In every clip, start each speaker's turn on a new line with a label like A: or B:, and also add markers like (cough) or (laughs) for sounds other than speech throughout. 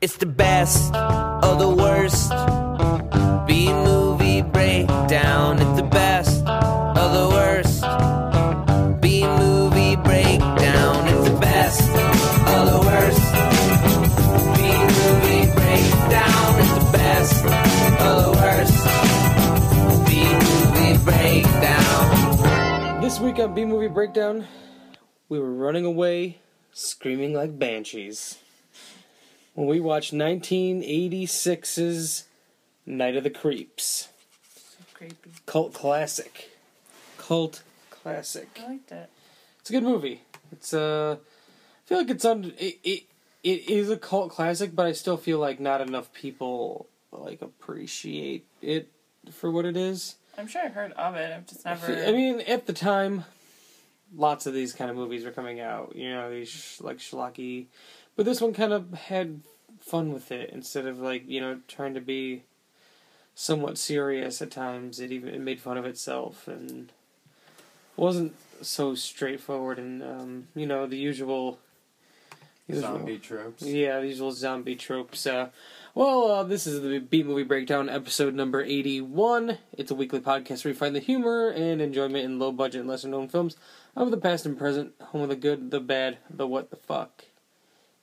A: It's the best of the worst. B movie breakdown. It's the best of the worst. B movie breakdown. It's the best of the worst. B movie breakdown. It's the best of the worst. B movie breakdown.
B: This week on B Movie Breakdown, we were running away screaming like banshees when we watched 1986's Night of the Creeps,
C: Creepy.
B: cult classic. Cult classic.
C: I liked it.
B: It's a good movie. It's uh, I feel like it's un it, it it is a cult classic, but I still feel like not enough people like appreciate it for what it is.
C: I'm sure I've heard of it. I've just never.
B: I mean, at the time, lots of these kind of movies were coming out. You know, these sh- like schlocky, but this one kind of had fun with it instead of like you know trying to be somewhat serious at times. It even it made fun of itself and wasn't so straightforward and um, you know the usual. usual-
D: Zombie tropes.
B: yeah, these little zombie tropes. Uh, well, uh, this is the Beat Movie Breakdown, episode number 81. It's a weekly podcast where we find the humor and enjoyment in low budget and lesser known films of the past and present, home of the good, the bad, the what the fuck.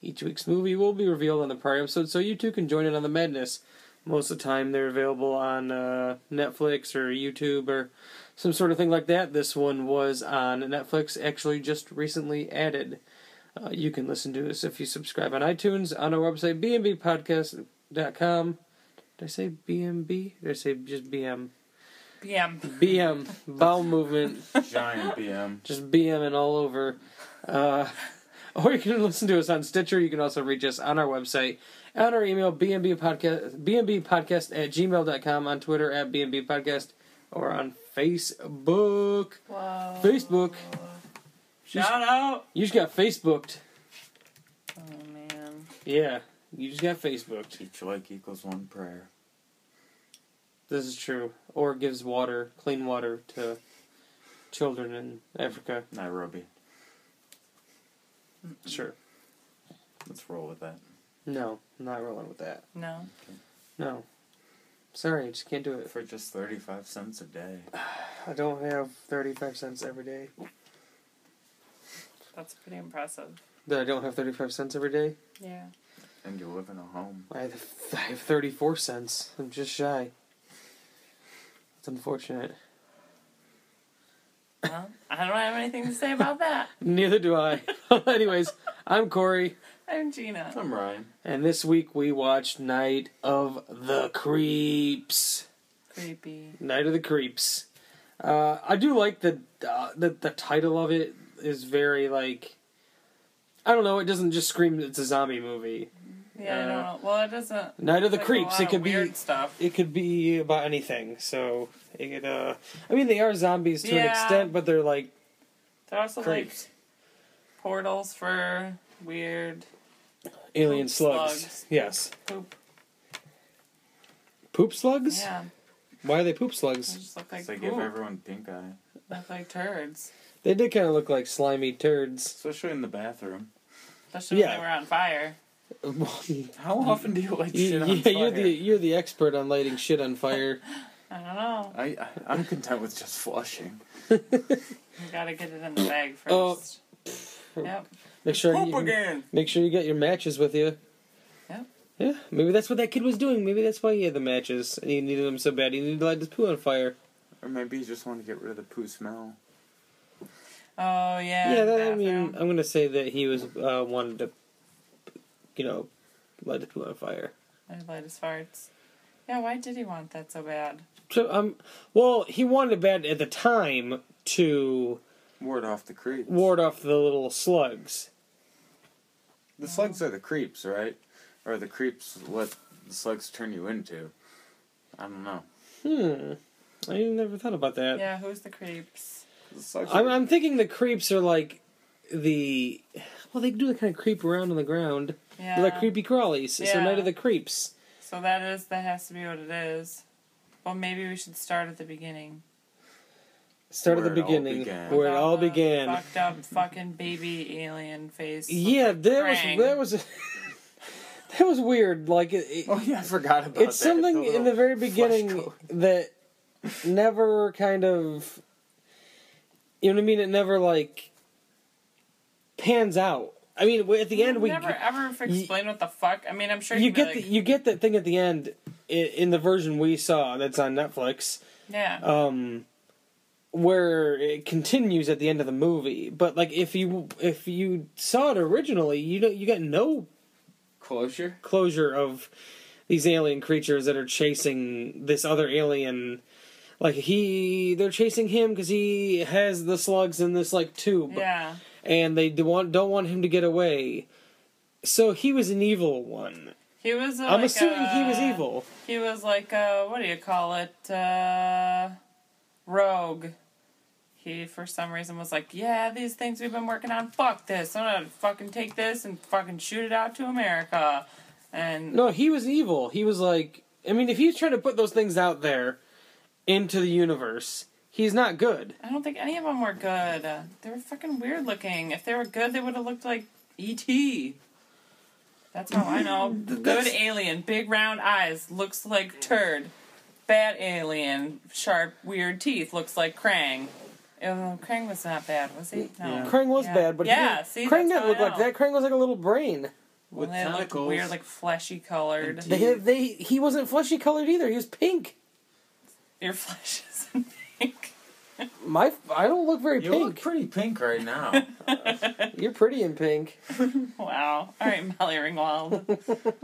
B: Each week's movie will be revealed on the prior episode, so you too can join in on the madness. Most of the time, they're available on uh, Netflix or YouTube or some sort of thing like that. This one was on Netflix, actually just recently added. Uh, you can listen to us if you subscribe on iTunes, on our website, bmbpodcast.com. Did I say BMB? Did I say just BM?
C: BM.
B: BM, bowel movement,
D: Giant BM.
B: just BM and all over. Uh, (laughs) or you can listen to us on Stitcher. You can also reach us on our website, on our email, bmbpodcast, bmbpodcast at gmail.com, on Twitter at bmbpodcast, or on Facebook.
C: Whoa.
B: Facebook.
C: Shout out.
B: You just got Facebooked.
C: Oh man.
B: Yeah, you just got Facebooked.
D: Each like equals one prayer.
B: This is true. Or gives water, clean water to children in Africa.
D: Nairobi.
B: Sure.
D: Let's roll with that.
B: No, I'm not rolling with that.
C: No.
B: No. Sorry, I just can't do it.
D: For just 35 cents a day.
B: I don't have 35 cents every day.
C: That's pretty impressive.
B: That I don't have 35 cents every day?
C: Yeah.
D: And you live in a home.
B: I have, I have 34 cents. I'm just shy. It's unfortunate.
C: Well, I don't have anything to say about that.
B: Neither do I. (laughs) Anyways, I'm Corey,
C: I'm Gina.
D: I'm Ryan.
B: and this week we watched Night of the Creeps.
C: Creepy.
B: Night of the Creeps. Uh, I do like the uh, the the title of it is very like I don't know. It doesn't just scream it's a zombie movie.
C: Yeah. I
B: Uh,
C: don't know. Well, it doesn't.
B: Night of the
C: like a
B: Creeps.
C: lot
B: It
C: of
B: could be
C: weird stuff.
B: it could be about anything. So it could, uh, I mean they are zombies to an
C: Yeah.
B: extent, but they're like
C: They're also
B: creeps,
C: like portals for weird
B: alien
C: poop
B: slugs.
C: slugs.
B: Yes,
C: poop.
B: poop slugs.
C: Yeah.
B: Why are they poop
C: They
B: slugs?
C: just look like
D: they
C: poop.
D: give everyone pink eye.
C: Look like turds,
B: They did kind of look like slimy turds. (laughs)
D: Especially in the bathroom.
C: especially
B: Yeah.
C: when they were on fire.
D: How often do you light
B: yeah,
D: shit on fire?
B: you're the you're the expert on lighting shit on fire.
C: I don't know.
D: I, I, I'm content with just flushing.
C: You gotta get it in the bag first.
B: Oh.
C: Yep.
B: Make sure you,
D: again!
B: Make sure you got your matches with you.
C: Yeah.
B: Yeah. Maybe that's what that kid was doing. Maybe that's why he had the matches and he needed them so bad. He needed to light his poo on fire.
D: Or maybe you just want to get rid of the poo smell.
C: Oh yeah.
B: yeah. That, I
C: bathroom.
B: mean, uh, I'm gonna say that he was uh, wanted to, you know, light the poo on fire.
C: I light his farts. Yeah, why did he want that so bad?
B: So um, well, he wanted it bad at the time to
D: Ward off the creeps.
B: ward off the little slugs.
D: The slugs are the creeps, right? Or the creeps what the slugs turn you into. I don't know.
B: Hmm. I never thought about that.
C: Yeah, who's the creeps?
D: The slugs
B: I'm,
D: are-
B: I'm thinking the creeps are like the well they do kind of creep around on the ground
C: Yeah.
B: They're like creepy crawlies so
C: Yeah.
B: night of the creeps
C: So that is that has to be what it is. Well, maybe we should start at the beginning.
B: start
D: Where
B: at
D: it
B: the
D: all
B: beginning
D: began.
B: where it
C: About
B: all
C: the
B: began
C: Fucked up, fucking baby alien face.
B: yeah there was (laughs)
C: Krang.
B: there was a, It was weird. Like it, it-
D: Oh yeah, I forgot about that.
B: it's something in the
D: little
B: very
D: flesh
B: beginning
D: coat.
B: that never kind of you know what I mean. It never like pans out. I mean, at the end we
C: never ever f- explain what the fuck. I mean, I'm sure
B: you
C: you'd be
B: get the,
C: like,
B: you get that thing at the end i- in the version we saw that's on Netflix,
C: yeah.
B: um, where it continues at the end of the movie. But like if you if you saw it originally, you don't you got no
D: closure.
B: closure of these alien creatures that are chasing this other alien. Like he, they're chasing him because he has the slugs in this like tube,
C: yeah.
B: and they do want don't want him to get away. So he was an evil one.
C: He was. uh, i
B: I'm assuming he was evil.
C: He was like, uh, what do you call it? Uh, rogue. He, for some reason, was like, yeah, these things we've been working on, fuck this. I'm gonna fucking take this and fucking shoot it out to America. And
B: No, he was evil. He was like, I mean, if he's trying to put those things out there into the universe, he's not good.
C: I don't think any of them were good. They were fucking weird looking. If they were good, they would have looked like E.T. That's how I know. Good alien, big round eyes, looks like turd. Bad alien, sharp, weird teeth, looks like Krang. Oh, Krang was not bad, was he? No.
B: Krang was
C: Yeah.
B: bad, but
C: yeah,
B: he,
C: see,
B: Krang
C: that's how
B: didn't
C: I
B: look like
C: know.
B: that. Krang was like a little brain.
C: Well,
D: With
C: they looked
D: tentacles.
C: weird, like fleshy colored.
D: And
B: They, they, he wasn't fleshy colored either. He was pink.
C: Your (laughs) flesh isn't pink.
B: My, I don't look very
D: you look
B: pink.
D: pretty pink right
C: (laughs)
D: now.
B: You're pretty in pink.
C: Wow. All right, Molly Ringwald.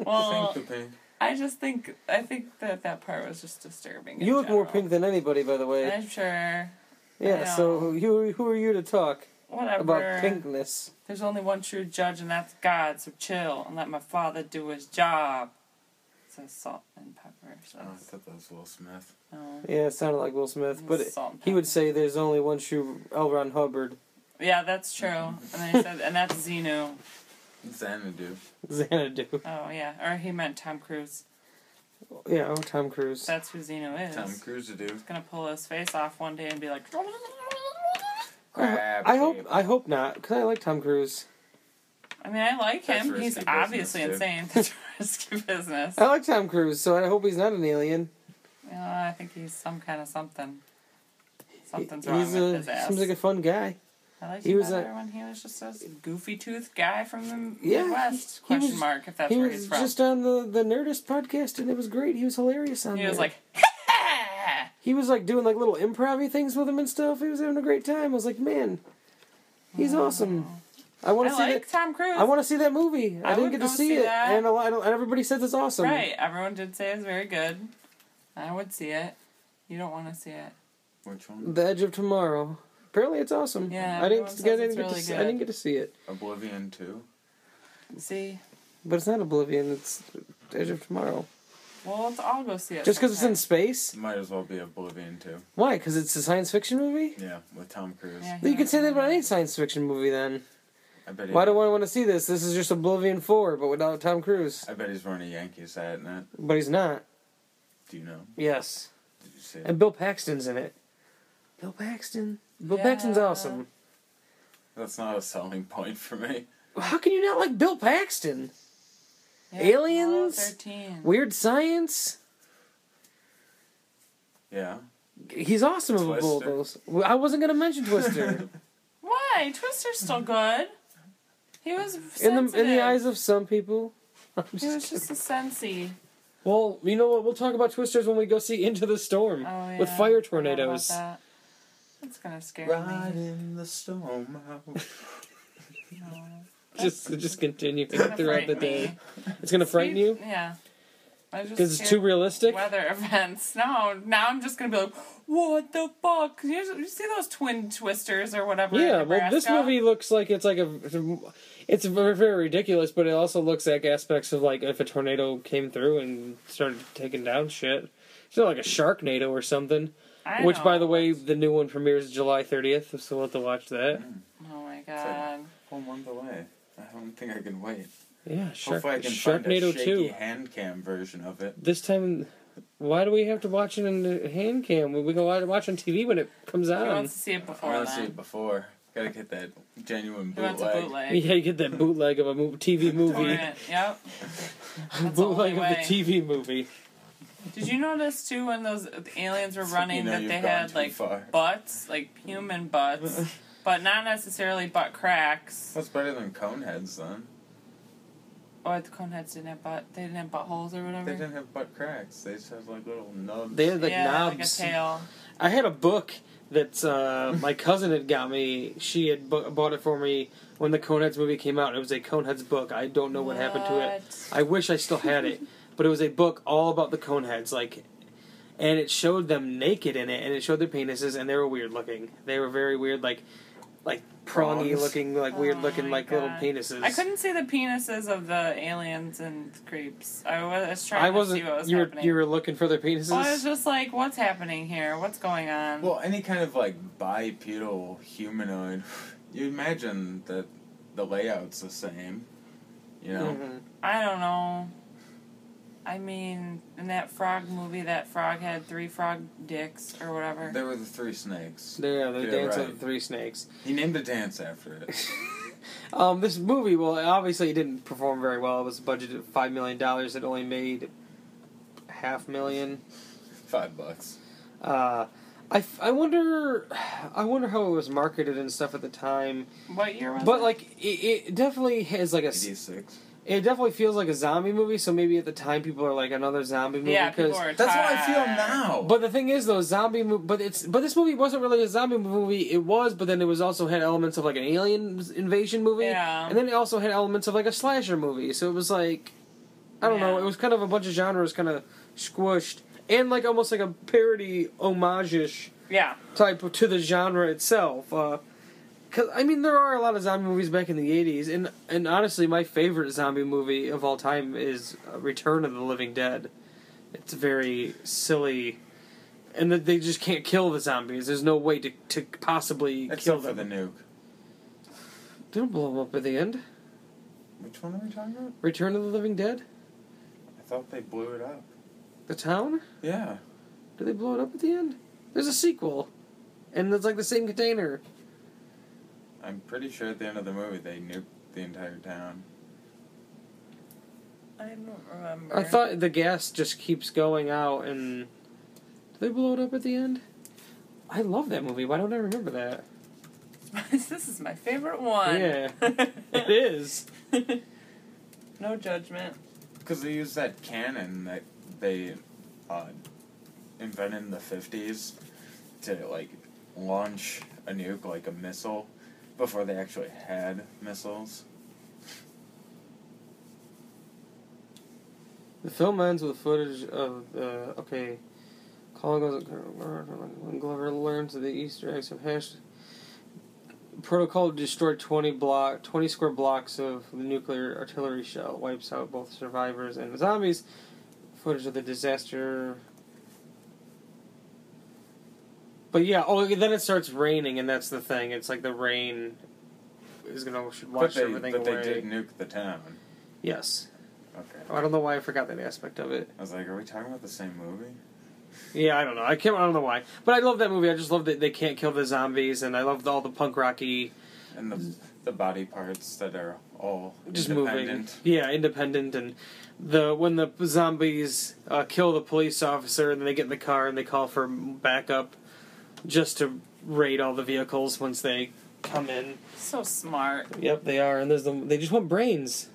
C: well,
D: Think the pink.
C: I just think I think that that part was just disturbing. in
B: You look more
C: general.
B: pink than anybody, by the way.
C: I'm sure.
B: Yeah.
C: know.
B: So who, who are you to talk
C: Whatever.
B: about pinkness?
C: There's only one true judge, and that's God. So chill and let my father do his job. It says salt and pepper. So
D: Oh, I thought that was Will Smith.
C: no.
B: Yeah, it sounded like Will Smith, but it,
C: mm, Salt and
B: he would
C: pepper.
B: say there's only one shoe. L. Ron Hubbard, (laughs)
C: Yeah, that's true. And
B: Mm-hmm.
C: then he said, and that's Xenu.
D: Xanadu.
B: Xanadu.
C: Oh yeah, or he meant Tom Cruise.
B: Yeah, oh, Tom Cruise.
C: That's who Xenu is.
D: Tom Cruise to do.
C: He's gonna pull his face off one day and be like,
D: Crab
B: I hope
D: tape.
B: I hope not, because I like Tom Cruise.
C: I mean, I like
D: That's
C: him. He's
D: risky business,
C: obviously
D: dude.
C: insane. (laughs) That's risky business.
B: I like Tom Cruise, so I hope he's not an alien.
C: Uh, I think he's some kind of something. Something's
B: He-
C: wrong
B: he's
C: with
B: a-
C: his ass.
B: Seems like a fun guy.
C: I liked
B: he
C: him
B: was
C: better
B: a-
C: when he was just a goofy toothed guy from the
B: Yeah,
C: Midwest.
B: he- he
C: question
B: was-
C: mark if that's
B: he
C: where
B: was
C: he's from.
B: just on the the Nerdist podcast, and it was great. He was hilarious on.
C: he
B: there.
C: was like, (laughs)
B: he was like doing like little improv things with him and stuff. He was having a great time. I was like, man, he's awesome. I want
C: I
B: to see
C: like
B: that.
C: Tom Cruise.
B: I want to see that movie. I,
C: I
B: didn't
C: would
B: get to
C: go
B: see,
C: see
B: it,
C: that.
B: and a lot, and everybody says it's awesome.
C: right, everyone did say it's very good. I would see it. You don't want to see it.
D: Which one?
B: The Edge of Tomorrow. Apparently, it's awesome.
C: Yeah,
B: I
C: everyone
B: didn't,
C: says
B: I didn't
C: it's
B: get to
C: really
B: see, I
C: good.
B: didn't get to see it,
D: Oblivion 2.
C: See?
B: but it's not Oblivion. It's The Edge of Tomorrow.
C: Well, let's all go see it.
B: Just because it's in
C: sometime.
B: space?
D: Might as well be Oblivion 2.
B: Why? Because it's a science fiction movie?
D: Yeah, with Tom Cruise.
C: Yeah, he
B: You could
C: was
B: say that
C: in
B: about
C: it.
B: any science fiction movie then.
D: I bet he,
B: Why do I want to see this? This is just Oblivion 4, but without Tom Cruise.
D: I bet he's wearing a Yankees hat in it.
B: But he's not.
D: Do you know?
B: Yes.
D: Did you see it?
B: And Bill Paxton's in it. Bill Paxton. Bill
C: Yeah.
B: Paxton's awesome.
D: That's not a selling point for me.
B: How can you not like Bill Paxton?
C: Yeah,
B: Aliens?
C: Apollo 13.
B: Weird science?
D: Yeah.
B: He's awesome of a
D: Twister.
B: bulldoze. Well, I wasn't going to mention Twister.
C: Why? Twister's still good. He was
B: in
C: sensitive.
B: the in the eyes of some people. (laughs) I'm
C: He
B: just
C: was just a sensey.
B: Well, you know what? We'll talk about Twisters when we go see Into the Storm
C: Oh, yeah.
B: with
C: I forgot
B: fire
C: about
B: tornadoes.
C: that. That's gonna scare me.
D: Riding the storm
B: (laughs)
D: out.
B: Just just continuing
C: It's gonna
B: throughout the
C: frighten
B: day.
C: me.
B: It's gonna frighten you
C: Yeah. I was just
B: because it's too
C: scared
B: realistic.
C: Weather (laughs) events. No, now I'm just gonna be like, what the fuck? You, you see those twin twisters or whatever? in
B: Yeah, well, this
C: Nebraska?
B: movie looks like it's like a. It's very, very ridiculous, but it also looks like aspects of like if a tornado came through and started taking down shit. It's not like a Sharknado or something.
C: I
B: Which,
C: know.
B: by the way, the new one premieres July 30th, so we'll have to watch that.
C: Oh my god.
D: Whole month away. I don't think I can wait.
B: Yeah, Shark,
D: Hopefully I can find a
B: Sharknado
D: shaky
B: 2.
D: hand cam version of it.
B: This time, why do we have to watch it in the hand cam? We can watch it on TV when it comes
C: Who
B: on.
C: wants to see it
D: um, I
C: before
D: want to see
C: then?
D: it before. Gotta get that genuine
C: Who wants a
D: bootleg.
B: (laughs)
C: bootleg?
B: Yeah, you get that bootleg of a mo- TV movie. (laughs)
C: Torrent, Yep. That's the only
B: bootleg of the
C: way.
B: TV movie.
C: Did you notice too when those uh, aliens were running
D: know
C: that
D: you've
C: they
D: gone
C: had
D: too
C: like
D: far.
C: butts, like human butts,
B: (laughs)
C: but not necessarily butt
D: (laughs)
C: cracks.
D: That's better than coneheads, then.
C: Or Oh, the coneheads didn't have butt. They didn't have buttholes or
D: They
C: whatever.
D: didn't have butt cracks. They just have like little nubs.
B: They had like
C: yeah,
B: knobs.
C: like a tail.
B: I had a book that uh, my cousin had got me. She had bu- bought it for me when the Coneheads movie came out. It was a Coneheads book. I don't know what, happened to it.
C: What?
B: I wish I still had
C: (laughs)
B: it, but it was a book all about the Coneheads, like, and it showed them naked in it, and it showed their penises, and they were weird looking. They were very weird, like, like prongy
D: Prongs?
B: looking, like
C: Oh
B: weird looking,
C: my
B: like little
C: God.
B: penises.
C: I couldn't see the penises of the aliens and creeps. I was, I was trying
B: I
C: to
B: wasn't.
C: see what was
B: you were
C: happening.
B: you were looking for their penises.
C: Well, I was just like, what's happening here? What's going on?
D: Well, any kind of like bipedal humanoid, you imagine that the layout's the same. You know?
B: Mhm.
C: I don't know. I mean, in that frog movie, that frog had three frog dicks or whatever.
D: There were the three snakes.
B: Yeah, they
D: Yeah,
B: dance
D: right.
B: with the three snakes.
D: He named a dance after it. (laughs)
B: Um, this movie, well, obviously it didn't perform very well. It was budgeted at five million dollars. It only made half million.
D: Five bucks.
B: Uh, I, f- I wonder, I wonder how it was marketed and stuff at the time.
C: What year was
B: But
C: it?
B: like, it, it definitely has like a, s-
D: 86.
B: it definitely feels like a zombie movie. So maybe at the time people are like another zombie movie.
C: yeah, people
B: 'cause-
C: were
D: That's how I feel
C: tired.
D: now.
B: But the thing is, though, zombie. Mo- but it's but this movie wasn't really a zombie movie. It was, but then it was also had elements of like an alien invasion movie.
C: Yeah.
B: And then it also had elements of like a slasher movie. So it was like, I don't know.
C: Yeah.
B: It was kind of a bunch of genres kind of squished and like almost like a parody homage ish
C: Yeah,
B: type to the genre itself. Uh, Cause I mean, there are a lot of zombie movies back in the '80s, and and honestly, my favorite zombie movie of all time is uh, Return of the Living Dead. It's very silly, and that they just can't kill the zombies. There's no way to to possibly kill
D: Except for
B: them.
D: the nuke.
B: Don't blow them up at the end.
D: Which one are we talking about?
B: Return of the Living Dead.
D: I thought they blew it up.
B: The town.
D: Yeah.
B: Do they blow it up at the end? There's a sequel, and it's like the same container.
D: I'm pretty sure at the end of the movie they nuked the entire town.
C: I don't remember.
B: I thought the gas just keeps going out, and do they blow it up at the end? I love that movie. Why don't I remember that?
C: (laughs) this is my favorite one.
B: Yeah. It is.
C: (laughs) no judgment.
D: Because they used that cannon that they uh, invented in the 50s to, like, launch a nuke like a missile before they actually had missiles.
B: The film ends with footage of uh, okay. Colin goes when Glover learns of the Easter eggs of hash. Protocol destroyed twenty block twenty square blocks of the nuclear artillery shell, wipes out both survivors and zombies. Footage of the disaster. But yeah, oh, then it starts raining, and that's the thing. It's like the rain is gonna should
D: But
B: wash
D: they,
B: everything
D: but
B: away.
D: they did nuke the town.
B: Yes,
D: Okay.
B: I don't know why I forgot that aspect of it.
D: I was like, are we talking about the same movie?
B: Yeah, I don't know. I can't. I don't know why, but I love that movie. I just love that they can't kill the zombies, and I love all the punk rocky,
D: And the, the body parts that are all
B: Mm. just moving.
D: independent.
B: Yeah, independent, and the when the zombies uh, kill the police officer, and then they get in the car and they call for backup, just to raid all the vehicles once they come in.
C: So smart.
B: Yep, they are, and there's the they just want brains.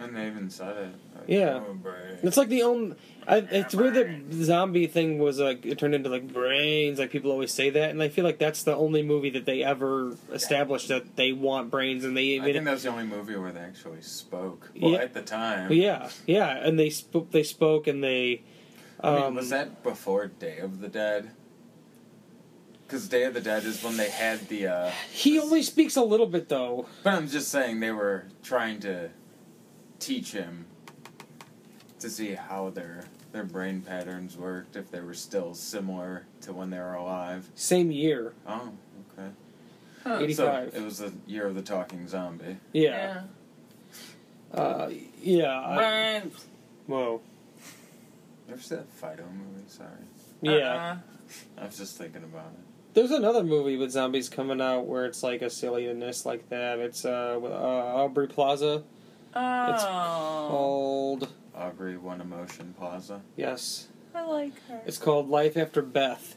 D: And they even said it. Like,
B: Yeah.
D: "Oh, brave."
B: It's like the only. I, it's weird that zombie thing was like it turned into like brains. Like people always say that, and I feel like that's the only movie that they ever established that they want brains, and they
D: I think
B: even
D: that was the only movie where they actually spoke. Well,
B: Yeah.
D: at the time.
B: yeah, yeah, and they spoke, they spoke, and they. Um,
D: I mean, was that before Day of the Dead? Because Day of the Dead is when they had the. uh...
B: he only speaks a little bit though.
D: But I'm just saying they were trying to teach him to see how their their brain patterns worked if they were still similar to when they were alive.
B: Same year,
D: Oh, okay.
C: Huh.
B: eighty five.
D: So it was the year of the talking zombie.
B: yeah, yeah. Uh, yeah I,
C: Burn.
B: whoa.
D: You ever see that Fido movie? Sorry,
B: Yeah.
C: Uh-uh.
D: I was just thinking about it.
B: There's another movie with zombies coming out where it's like a silliness like that. It's uh, with, uh Aubrey Plaza
C: Oh,
B: called
D: Aubrey One Emotion Plaza.
B: yes,
C: I like her.
B: It's called Life After Beth.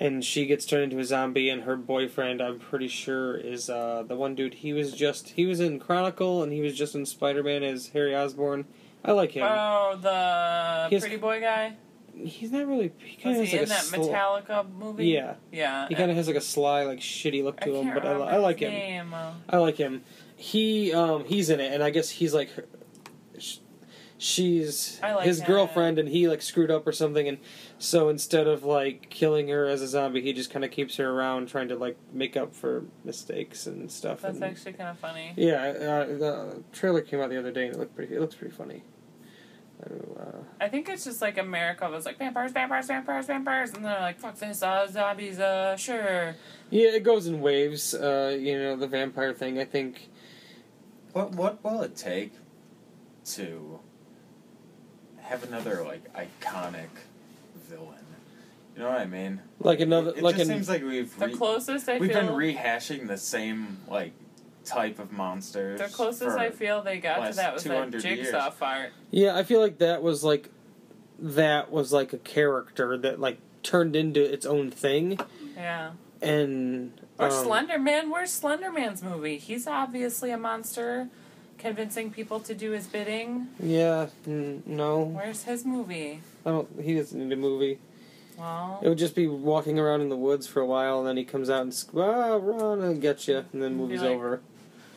B: And she gets turned into a zombie, and her boyfriend, I'm pretty sure, is uh, the one dude. He was just he was in Chronicle, and he was just in Spider Man as Harry Osborn. I like him.
C: Oh, the
B: He has-
C: pretty boy guy.
B: He's not really. He
C: Was
B: kind
C: he
B: of has like
C: in
B: a
C: that
B: sl-
C: Metallica movie?
B: Yeah.
C: Yeah.
B: He kind of has like a sly, like shitty look
C: I
B: to him,
C: can't
B: but I, li-
C: remember
B: I like
C: his
B: him.
C: name.
B: I like him. He um he's in it, and I guess he's like, her- sh- she's
C: I like
B: his
C: him.
B: girlfriend, and he like screwed up or something, and so instead of like killing her as a zombie, he just kind of keeps her around, trying to like make up for mistakes and stuff.
C: That's
B: and,
C: actually kind of funny.
B: yeah, uh, the trailer came out the other day, and it looked pretty. It looks pretty funny. I don't know, uh,
C: I think it's just like America was like vampires, vampires, vampires, vampires, and they're like, fuck this, uh, zombies, uh, sure.
B: yeah, it goes in waves. Uh, you know the vampire thing. I think
D: What what will it take to have another like iconic villain? You know what I mean?
B: like another
D: it
B: like
D: just
B: an
D: seems like we've
C: The
D: re-
C: closest I
D: we've
C: feel,
D: been rehashing the same like type of monsters.
C: the closest
D: for-
C: I feel they got to
D: last
C: that was that
D: 200
C: jigsaw
D: years.
C: fart.
B: Yeah, I feel like that was like that was like a character that like turned into its own thing
C: Yeah.
B: and
C: Or
B: um,
C: Slender Man. Where's Slenderman's movie? He's obviously a monster, convincing people to do his bidding.
B: Yeah, n- no.
C: Where's his movie?
B: I don't he doesn't need a movie.
C: Well,
B: It would just be walking around in the woods for a while and then he comes out and sc- ah, run and get you and then
C: Be
B: movie's
C: like,
B: over.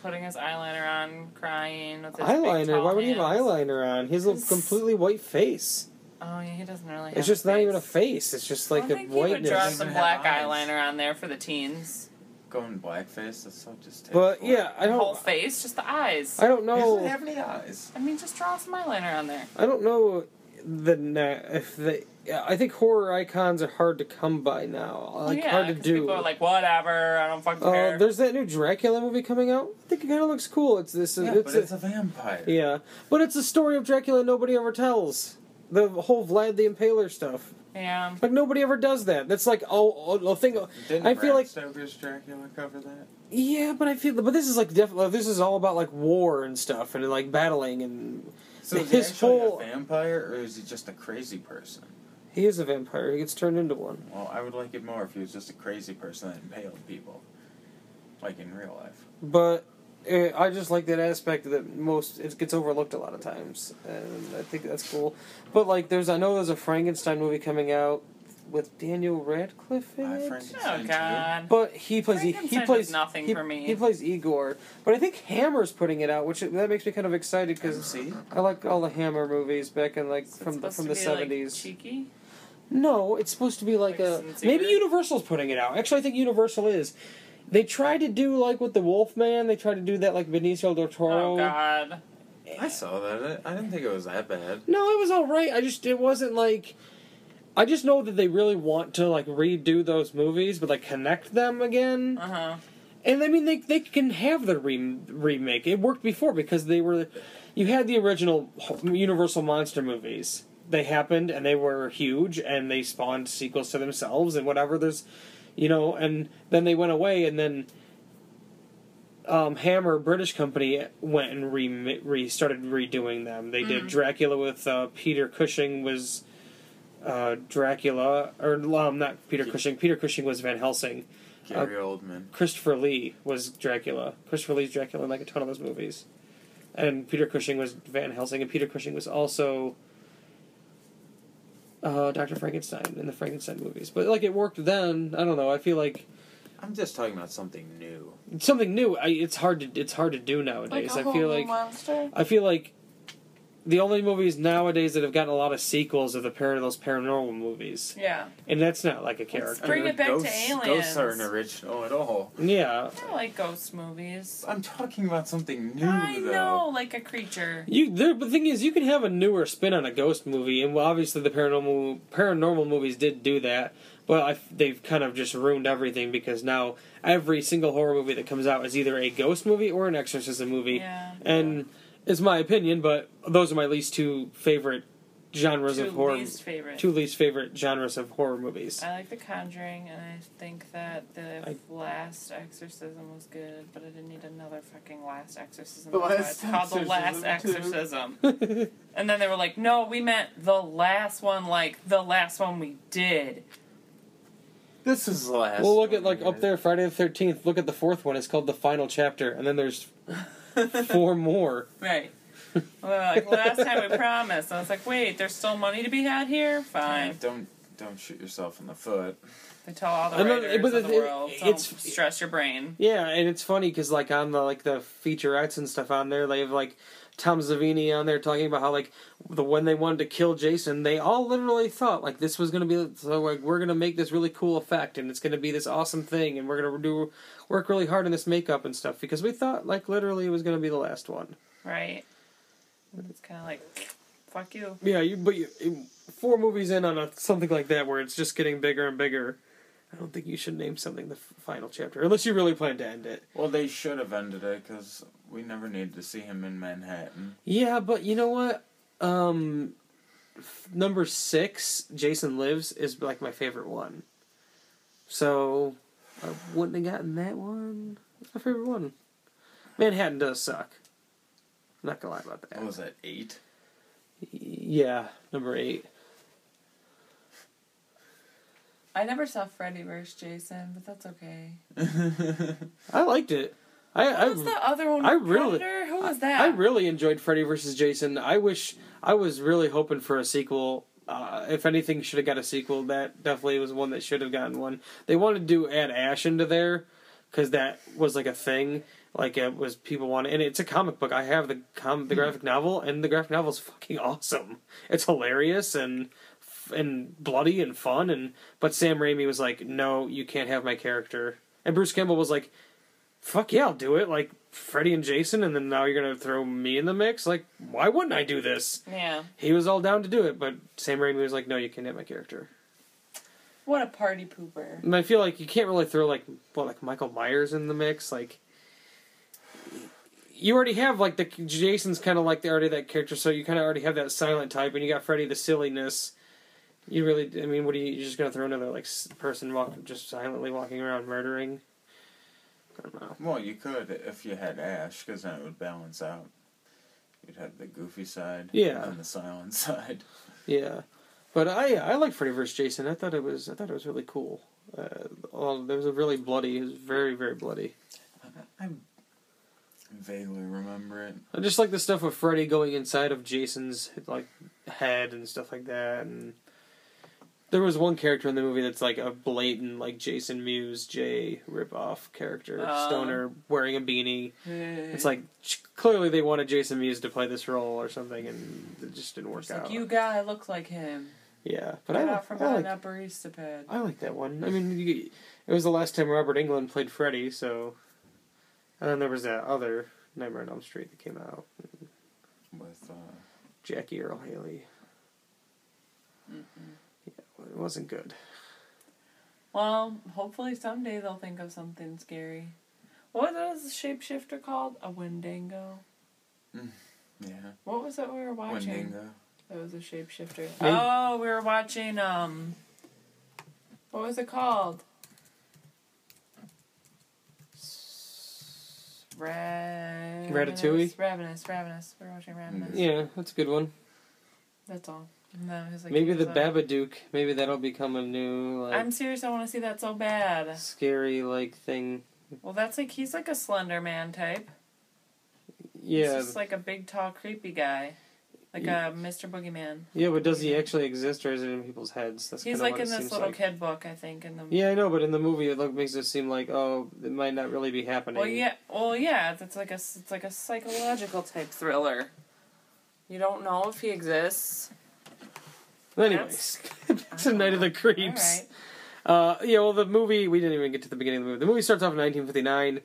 C: putting his eyeliner on, crying with his Big,
B: Eyeliner,
C: tall
B: why would he have
C: hands.
B: eyeliner on? He's a completely white face.
C: Oh yeah, he doesn't really. Have
B: It's just not even a
C: face.
B: face. It's just like
C: I
B: a
C: don't think he would draw
B: whiteness.
D: Doesn't
C: some
D: have
C: black
D: eyes.
C: eyeliner on there for the teens.
D: going blackface. That's not just. take
B: But
D: for
B: yeah, oh.
D: it.
B: I
C: whole
B: don't
C: face, just the eyes.
B: I don't
C: (laughs)
D: he doesn't
B: know.
D: have any eyes.
C: I mean, just draw some eyeliner on there.
B: I don't know the na- if the I think horror icons are hard to come by now. Like
C: yeah,
B: hard to
C: 'cause
B: do.
C: People are like, whatever, I don't fucking
B: uh,
C: care.
B: there's that new Dracula movie coming out. I think it kind of looks cool. It's this.
D: Yeah,
B: it's,
D: but it's a vampire.
B: yeah, but it's a story of Dracula nobody ever tells. The whole Vlad the Impaler stuff.
C: yeah. Oh,
B: Like nobody ever does that. That's like oh, a thing.
D: Didn't
B: I feel
D: Bram
B: like
D: Stoker's Dracula cover that?
B: yeah, but I feel but this is like definitely this is all about like war and stuff and like battling and
D: So
B: His
D: is he actually
B: whole-
D: a vampire, or is he just a crazy person?
B: he is a vampire. He gets turned into one.
D: Well, I would like it more if he was just a crazy person that impaled people, like in real life.
B: but uh, I just like that aspect that most it gets overlooked a lot of times, and I think that's cool. But like, there's I know there's a Frankenstein movie coming out with Daniel Radcliffe in
D: I
B: it,
C: Oh,
D: Frankenstein
C: God.
B: but he plays E, he,
C: Frankenstein
B: plays
C: does nothing
B: he,
C: for me.
B: He plays Igor, but I think Hammer's putting it out, which that makes me kind of excited
D: too.
B: because
D: see,
B: I like all the Hammer movies back in like
C: It's
B: from the,
C: supposed
B: from
C: to
B: the
C: be, like,
B: seventies.
C: cheeky?
B: No, it's supposed to be like,
C: Like
B: a
C: sincere?
B: maybe Universal's putting it out. Actually, I think Universal is. They tried to do like with the Wolfman. They tried to do that like Benicio del Toro.
C: Oh, God.
D: I saw that. I I didn't think it was that bad.
B: No, it was all right. I just it wasn't like. I just know that they really want to like redo those movies, but like connect them again.
C: Uh huh.
B: And I mean, they they can have the re- remake. It worked before because they were, you had the original Universal monster movies. They happened and they were huge and they spawned sequels to themselves and whatever. There's, you know, and then they went away and then. Um, Hammer British company went and re, re started redoing them. They did Dracula with uh, Peter Cushing was uh, Dracula or um, not Peter Cushing. Peter Cushing was Van Helsing. Uh,
D: Gary Oldman.
B: Christopher Lee was Dracula. Christopher Lee's Dracula in like a ton of those movies. And Peter Cushing was Van Helsing, and Peter Cushing was also uh, Dr. Frankenstein in the Frankenstein movies. But like it worked then. I don't know. I feel like
D: I'm just talking about something new.
B: something new. I, it's hard to it's hard to do nowadays. I feel like
C: monster?
B: I feel like the only movies nowadays that have gotten a lot of sequels are the par- those paranormal movies,
C: Yeah.
B: and that's not like a character.
C: Bring it back to
D: ghosts, Ghosts aren't
C: aliens.
D: original at all.
B: yeah,
C: I like ghost movies.
D: I'm talking about something new,
C: I
D: though.
C: know, like a creature.
B: You there, the thing is, you can have a newer spin on a ghost movie, and well, obviously the paranormal paranormal movies did do that, but I, they've kind of just ruined everything because now every single horror movie that comes out is either a ghost movie or an exorcism movie,
C: Yeah.
B: and it's my opinion, but those are my least two favorite genres
C: Two
B: of horror.
C: least favorite.
B: Two least favorite genres of horror movies.
C: I like The Conjuring, and I think that the
B: I-
C: last exorcism was good, but I didn't need another fucking last exorcism.
D: The
C: That's why
D: Last
C: it's called The Last
D: Exorcism, too.
C: Exorcism.
B: (laughs)
C: and then they were like, no, we meant the last one, like the last one we
B: (laughs)
C: did. (laughs)
D: This is the last.
B: Well, look at
D: one,
B: like up
D: right?
B: there, Friday the Thirteenth. Look at the fourth one. It's called the final chapter, and then there's four more.
C: Right. Well, like last time we promised. I was like, wait, there's still money to be had here?
D: Yeah,
C: Fine.
D: don't don't shoot yourself in the foot.
C: They tell all the
B: I mean,
C: writers
B: but
C: of the
B: it-
C: world,
B: it-
C: don't
B: it's-
C: stress your brain.
B: Yeah, and it's funny because like on the like the featurettes and stuff on there, they have like Tom Savini on there talking about how like the when they wanted to kill Jason, they all literally thought like this was gonna be so like we're gonna make this really cool effect and it's gonna be this awesome thing and we're gonna do work really hard on this makeup and stuff because we thought like literally it was gonna be the last one.
C: Right. It's kind of like, fuck you.
B: Yeah, you but you, in- four movies in on a, something like that where it's just getting bigger and bigger. I don't think you should name something the f- final chapter unless you really plan to end it.
D: Well, they should have ended it because we never needed to see him in Manhattan.
B: Yeah, but you know what? Um f- number 6, Jason Lives is like my favorite one. So I wouldn't have gotten that one. It's my favorite one. Manhattan does suck. I'm not gonna lie about that.
D: What was that eight?
B: Yeah, number eight.
C: I never saw Freddy vs. Jason, but that's okay.
B: I liked it. I I,
C: What was the other one?
B: I
C: with
B: really-
C: Predator? Who was that?
B: I really enjoyed Freddy vs. Jason. I wish I was really hoping for a sequel. Uh, if anything should have got a sequel, that definitely was one that should have gotten one. They wanted to do add Ash into there because that was like a thing. Like it was people wanted, and it's a comic book. I have the com the graphic novel, and the graphic novel's fucking awesome. It's hilarious and f- and bloody and fun. And but Sam Raimi was like, no, you can't have my character. And Bruce Campbell was like, fuck yeah, I'll do it. Like Freddy and Jason, and then now you're gonna throw me in the mix. Like, why wouldn't I do this?
C: Yeah.
B: He was all down to do it, but Sam Raimi was like, no, you can't hit my character.
C: What a party pooper.
B: And I feel like you can't really throw like what like Michael Myers in the mix. Like, you already have like the Jason's kind of like the already that character, so you kind of already have that silent type, and you got Freddy the silliness. You really, I mean, what are you? You're just gonna throw another like s- person walk, just silently walking around murdering. I don't know.
D: Well, you could if you had Ash, because then it would balance out. You'd have the goofy side,
B: Yeah.
D: and the silent (laughs) side.
B: Yeah, but I I like Freddy vs Jason. I thought it was I thought it was really cool. Uh, all, there was a really bloody. It was very very bloody.
D: I vaguely remember it.
B: I just like the stuff with Freddy going inside of Jason's like head and stuff like that. And there was one character in the movie that's like a blatant like Jason Mewes J ripoff character,
C: Oh.
B: stoner wearing a beanie.
C: Mm-hmm.
B: It's like clearly they wanted Jason Mewes to play this role or something, and it just didn't work
C: It's
B: out.
C: like, you guy look like him.
B: yeah, but
C: But
B: I,
C: Get
B: li-
C: out from
B: I like
C: behind that barista pad.
B: I like that one. I mean, you, it was the last time Robert England played Freddy, so. And then there was that other Nightmare on Elm Street that came out,
D: With uh,
B: Jackie Earl Haley.
C: Mm-hmm.
B: Yeah, well, it wasn't good.
C: Well, hopefully someday they'll think of something scary. What was the shapeshifter called? A Wendigo.
D: yeah,
C: What was it we were watching?
D: Wendigo.
C: That was a shapeshifter.
B: Maybe-
C: Oh, we were watching um what was it called? S- Ravenous,
B: Ratatouille? Mm-hmm.
C: Ravenous, Ravenous. We were watching Ravenous.
B: Yeah, that's a good one.
C: That's all. And then it was like,
B: maybe
C: it
B: the
C: was a-
B: Babadook. Maybe that'll become a new like
C: I'm serious, I want to see that so bad.
B: scary like thing.
C: Well, that's like, he's like a Slender Man type. He's
B: Yeah,
C: just like a big, tall, creepy guy. Like a Mr. Boogeyman.
B: yeah, but does he actually exist or is it in people's heads? That's
C: He's
B: kinda
C: like
B: what it
C: in this
B: seems
C: little
B: like.
C: kid book, I think. In the
B: Yeah, I know, but in the movie, it look, makes it seem like oh, it might not really be happening.
C: Well, yeah. Well, yeah. That's like a s- it's like a psychological type thriller. You don't know if he exists.
B: Anyways, (laughs) it's a night of the
C: All
B: creeps.
C: right.
B: Uh, yeah, well, the movie we didn't even get to the beginning of the movie. The movie starts off in 1959.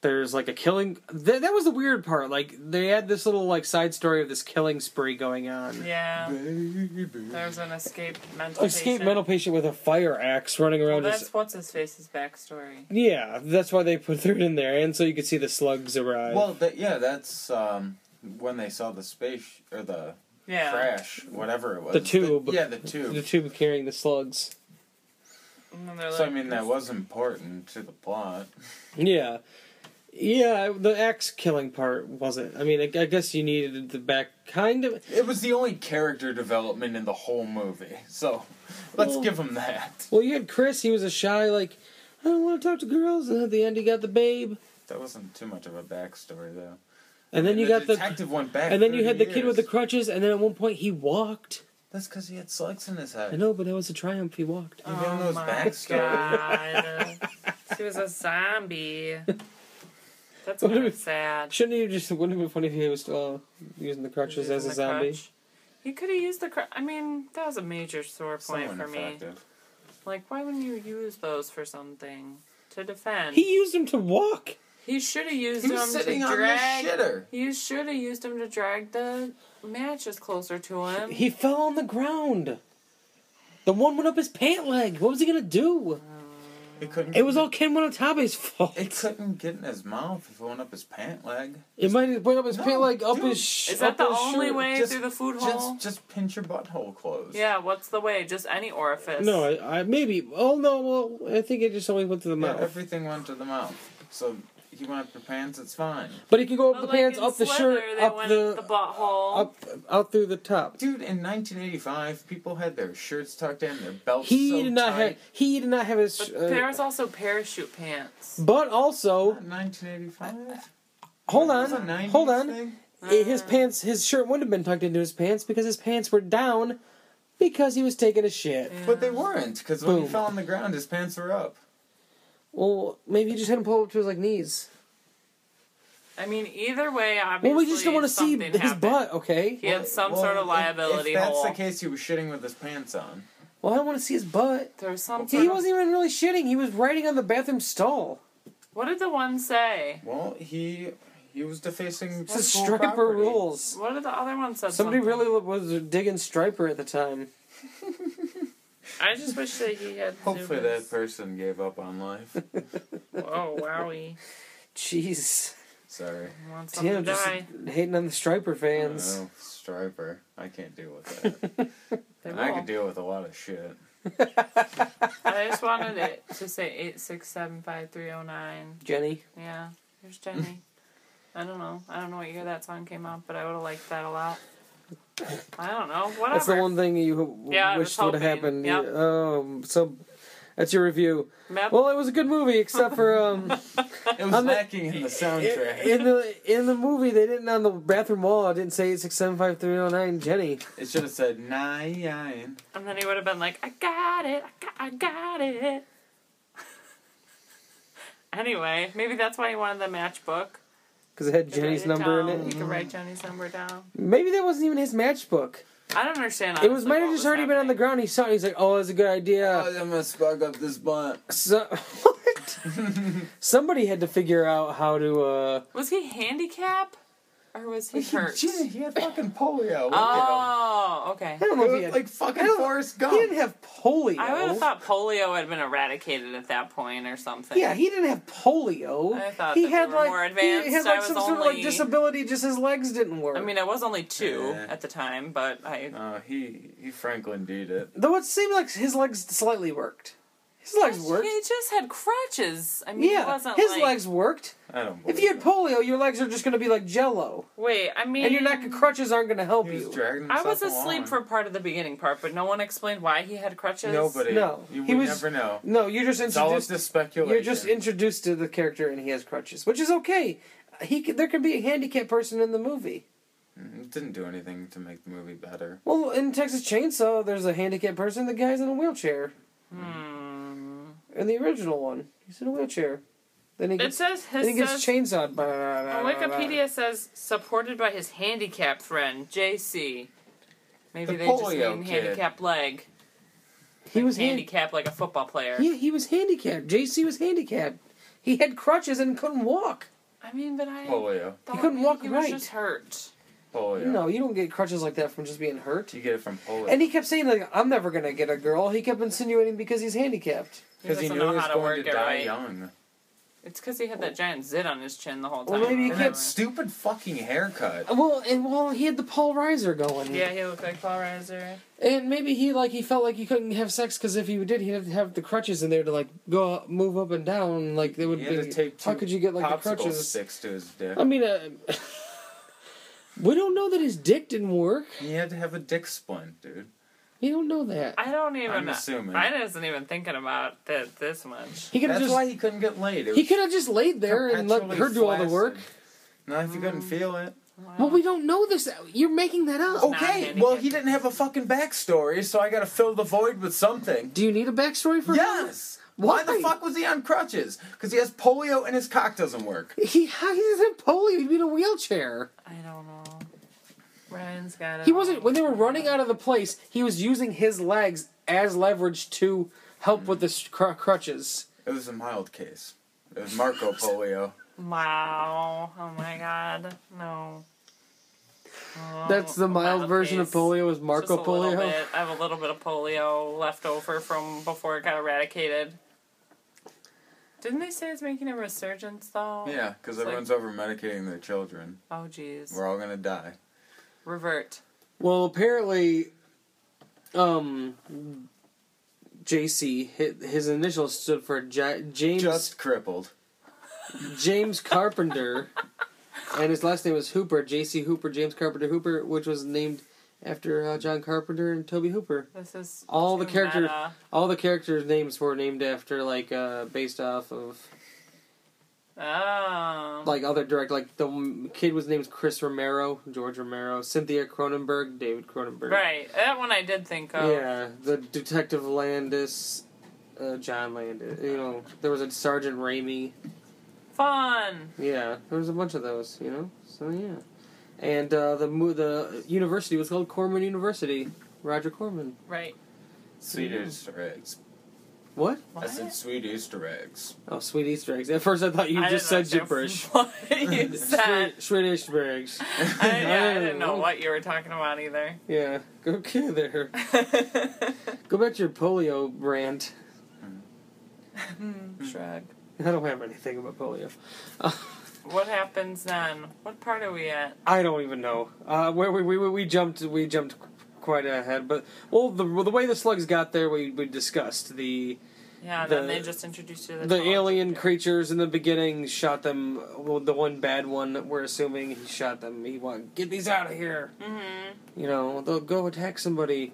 B: There's like a killing. Th- that was the weird part. Like they had this little like side story of this killing spree going on.
C: Yeah.
D: Baby.
C: There's an escaped mental.
B: Escape
C: patient.
B: mental patient with a fire axe running
C: Well,
B: around.
C: that's
B: his...
C: what's his face's backstory.
B: Yeah, that's why they put it in there, and so you could see the slugs arrive.
D: Well, that yeah, that's um, when they saw the space or the
C: Yeah.
D: crash, whatever it was.
B: The tube.
D: yeah, the
B: The
D: tube.
B: tube carrying the slugs.
C: And then they're
D: So I
C: like, "Oh
D: mean, that was important to the plot.
B: Yeah. Yeah, the axe killing part wasn't. I mean, I, I guess you needed the back kind of.
D: It was the only character development in the whole movie, (laughs) so let's
B: Well-
D: give him that.
B: Well, you had Chris. He was a shy, like, I don't want to talk to girls. And at the end, he got the babe.
D: That wasn't too much of a backstory, though.
B: And then you got
D: the
B: the.
D: detective went back.
B: And then you
D: 30
B: had the kid with the
D: years.
B: crutches. And then at one point, he walked.
D: That's because he had slugs in his
B: I
D: head.
B: know, but that was a triumph. He walked.
D: You don't know
C: Oh
D: his
C: my
D: backstory.
C: god. (laughs) she was a zombie.
B: (laughs)
C: That's
B: What
C: kind
B: if-
C: of sad.
B: Shouldn't he just? (laughs) Wouldn't it have been funny if he was still uh, using the crutches as a
C: Using the
B: zombie?
C: crutch. He could have used the crutch. I mean, that was a major sore point
D: Someone
C: for me.
D: effective.
C: Like, why wouldn't you use those for something to defend?
B: He used him to walk.
C: He should have used
D: He
C: him
D: was sitting
C: to
D: on the
C: drag.
D: shitter.
C: He should have used him to drag the matches closer to him.
B: He fell on the ground. The one went up his pant leg. What was he gonna do?
D: It couldn't.
B: It was all Ken Watanabe's (laughs) fault.
D: It couldn't get in his mouth if it went up his pant leg.
B: It might have went up his
D: No,
B: pant leg, up
D: dude.
B: his. Sh-
C: Is that
B: up
C: the
B: his
C: only
B: shirt.
C: way
D: Just-
C: through the food hole?
D: Just, just pinch your butthole closed.
C: yeah, what's the way? Just any orifice.
B: No, I, I maybe. Oh no, well, I think it just only went to the
D: Yeah,
B: mouth.
D: everything went to the mouth. So he went up your pants. It's fine,
B: but he could go up
C: But
B: the
C: like
B: pants,
C: in
B: up the
C: Slither,
B: shirt,
C: they
B: up
C: went
B: the,
C: up the butthole.
B: up out through the top.
D: dude. In 1985, people had their shirts tucked in, their belts.
B: He
D: so
B: did not
D: tight.
B: have. He did not have his.
C: but
B: sh- uh,
C: there was also parachute pants.
B: but also,
D: Not 1985.
B: hold
D: It was a
B: on,
D: 90s
B: hold on.
D: thing.
B: I- his pants, his shirt wouldn't have been tucked into his pants because his pants were down, because he was taking a shit.
D: But they weren't, because when
B: Boom.
D: he fell on the ground, his pants were up.
B: Well, maybe he just had him pull up to his like knees.
C: I mean, either way, obviously.
B: Well, we just don't want to see
C: something
B: his
C: happened.
B: butt, okay?
C: He had some
D: Well,
C: sort of
D: if-
C: liability
D: If, that's
C: hole.
D: the case, he was shitting with his pants on.
B: Well, I don't want to see his butt.
C: There was some.
B: He
C: sort of-
B: wasn't even really shitting. He was writing on the bathroom stall.
C: What did the one say?
D: Well, he he was defacing
B: It says
D: school
B: striper
D: property.
B: rules.
C: What did the other one said?
B: Somebody
C: something?
B: really was digging striper at the time.
C: I just wish that he had.
D: Hopefully, that
C: Zubas.
D: person gave up
B: (laughs)
D: on life.
C: Oh wowie!
B: Jeez.
D: Sorry.
C: Want something
B: Damn,
C: to
B: just
C: die?
B: hating on the striper fans.
D: Oh, striper. I can't deal
B: (laughs)
D: with that.
C: They
D: I
C: will.
D: could deal with a lot of
C: (laughs)
D: shit.
C: I just wanted it to say eight six seven five three zero nine.
B: Jenny.
C: Yeah, there's Jenny. I don't know. I don't know what year that song came out, but I would have liked that a lot. I don't know. Whatever.
B: That's the one thing you w-
C: Yeah, I was
B: wished would have
C: hoping,
B: happened.
C: yeah.
B: You- Um, so that's your review.
C: Mep-
B: Well, it was a good movie, except for (laughs) um,
D: It was
B: I'm not-
D: lacking
C: (laughs)
D: in the soundtrack.
B: in the in the movie they didn't on the bathroom wall. It didn't say eight six seven five three zero nine Jenny.
D: it should have said nine.
C: and then he would have been like, I got it. I got, I got it. (laughs) anyway, maybe that's why he wanted the matchbook.
B: Because it had
C: He could write
B: Jenny's
C: it
B: number
C: down.
B: in
C: He
B: it.
C: could write Jenny's number down.
B: Maybe that wasn't even his matchbook.
C: I don't understand.
B: It was
C: honestly
B: might
C: what
B: have just
C: was
B: already been on the
C: happening.
B: ground. He saw it. He's like, "Oh, that's a good idea."
D: I'm gonna spark up this blunt.
B: So, (laughs) what? Somebody had to figure out how to. uh
C: Was he handicapped? Or was he
D: (laughs) He,
C: hurt?
D: he had fucking polio. Look at
C: Oh, okay.
B: I don't
D: him.
B: know
D: He
B: if he had.
D: looked like
B: I
D: fucking
B: don't-
D: Forrest
B: he didn't
D: Gump.
B: have polio.
C: I would have thought polio had been eradicated at that point or something.
B: Yeah, he didn't have polio.
C: I thought
B: he
C: that they
B: had
C: were
B: like
C: more
B: he had
C: advanced. I
B: like
C: was
B: some sort of like
C: only-
B: disability. Just his legs didn't work.
C: I mean, I was only two
D: Yeah.
C: at the time, but I.
D: No, Uh, he he Franklin did it.
B: though it seemed like his legs slightly worked. His legs worked.
C: He just had crutches. I mean, he
B: Yeah,
C: wasn't
B: his
C: like.
B: legs worked.
D: I don't believe
B: If you had
D: it.
B: polio, your legs are just going to be like jello,
C: Wait, I mean.
B: and your neck crutches aren't going to help
D: He was
B: you.
D: dragging
C: I was
D: himself
C: asleep
D: along.
C: for part of the beginning part, but no one explained why he had crutches.
D: nobody.
B: No,
D: you
B: he
D: would
B: was-
D: never
B: (laughs)
D: know.
B: No, you're just
D: It's all
B: introduced.
D: just speculation.
B: You're just introduced to the character and he has crutches, which is okay. He can, there can be a handicapped person in the movie.
D: It didn't do anything to make the movie better.
B: Well, in Texas Chainsaw, there's a handicapped person. The guy's in a wheelchair
C: Hmm.
B: in the original one. He's in a wheelchair. Then he
C: It
B: gets,
C: says
B: then he
C: his.
B: gets
C: Says,
B: chainsawed.
C: on Wikipedia says supported by his handicapped friend JC. Maybe
D: The
C: they just
D: polio
C: mean
D: kid.
C: handicapped leg.
B: He was handicapped.
C: handicapped like a football player.
B: Yeah, he was handicapped. JC was handicapped. He had crutches and couldn't walk.
C: I mean, but I.
D: Polio.
C: thought
B: couldn't
C: maybe
B: walk
C: he was
B: right.
C: just hurt.
D: Polio.
B: No, you don't get crutches like that from just being hurt.
D: You get it from polio.
B: And he kept saying like, "I'm never gonna get a girl." He kept insinuating because he's handicapped.
D: Because he
C: doesn't
D: knew
C: know
D: he was
C: how to
D: going
C: work
D: to
C: it
D: die
C: right.
D: young.
C: It's because he had that giant zit on his chin the whole time.
E: Well, maybe he
C: or
E: got
C: whatever.
E: stupid fucking haircut.
B: Well, and well, he had the Paul Reiser going.
C: Yeah, he looked like Paul Reiser.
B: And maybe he like he felt like he couldn't have sex because if he did, he'd have to have the crutches in there to like go up, move up and down. Like they would
E: He
B: be.
E: had to tape
B: how
E: two
B: could you get like the
E: popsicle
B: crutches?
E: sticks to his dick.
B: I mean, uh, (laughs) we don't know that his dick didn't work.
E: He had to have a dick splint, dude.
B: We don't know that.
C: I don't even.
E: I'm assuming.
C: I wasn't even thinking about that this much.
B: He could have
E: That's
B: just
E: why he couldn't get laid. It
B: he
E: was
B: could have just laid there and let
E: perpetually
B: her do all the
E: flaccid.
B: work.
E: Not if you couldn't
C: Mm.
E: feel it.
B: Well, we don't know this. You're making that up.
C: Oh. not
E: Okay,
C: getting
E: well,
C: it.
E: he didn't have a fucking backstory, so I gotta fill the void with something.
B: Do you need a backstory for him?
E: Yes! Why?
B: Why?
E: the fuck was he on crutches? Because he has polio and his cock doesn't work.
B: He how he doesn't have polio. He'd be in a wheelchair.
C: I don't know. Ryan's got it.
B: He wasn't when they were running out of the place. He was using his legs as leverage to help with the s- cr- crutches.
E: It was a mild case. It was
B: (laughs)
E: Marco Polio.
C: Wow. Oh my God. No. Oh,
B: That's the
C: a
B: mild version
C: case.
B: of polio. Is
C: Just
B: Marco
C: a little
B: Polio?
C: bit. I have a little bit of polio left over from before it got eradicated. Didn't they say it's making a resurgence though?
E: Yeah, because
C: It's like-
E: everyone's over medicating their children.
C: Oh jeez.
E: We're all gonna die.
C: Revert.
B: Well, apparently, um, JC hi- his initials stood for Ja James
E: Just crippled.
B: James Carpenter, and his last name was Hooper. J.C. Hooper, James Carpenter Hooper, which was named after uh, John Carpenter and Toby Hooper.
C: This is
B: All
C: too
B: the characters-
C: meta.
B: All the characters' names were named after like uh, based off of
C: Oh.
B: like other direct like the m- kid was named Chris Romero, George Romero, Cynthia Cronenberg, David Cronenberg.
C: right. That one I did think of.
B: Yeah, the detective Landis, uh, John Landis. You know, there was a Sergeant Ramey.
C: Fun.
B: Yeah, there was a bunch of those, you know. So yeah, and uh, the mo- the university was called Corman University. Roger Corman.
C: Right.
E: Sweet
B: Yeah.
E: Easter eggs.
B: What?
C: What?
E: I said sweet Easter eggs.
B: Oh, sweet Easter eggs. At first, I thought you
C: I
B: just
C: didn't
B: said
C: understand
B: gibberish.
C: (laughs) What
B: (laughs)
C: you said.
B: Sweet, sweet Easter eggs.
C: I, yeah,
B: (laughs)
C: I didn't know
B: Oh.
C: what you were talking about either.
B: Yeah. Okay, there.
C: Hmm.
B: Go back to your polio rant.
C: Shrug.
B: I don't have anything about polio. (laughs)
C: What happens then? What part are we at?
B: I don't even know. Uh, where we, we we jumped we jumped quite ahead, but well, the the way the slugs got there, we we discussed the.
C: Yeah,
B: The-
C: then they just introduced you to the,
B: the
C: tall
B: alien
C: ginger.
B: creatures in the beginning shot them. Well, the one bad one, we're assuming he shot them. He went, get these out of here.
C: Mhm.
B: You know, they'll go attack somebody.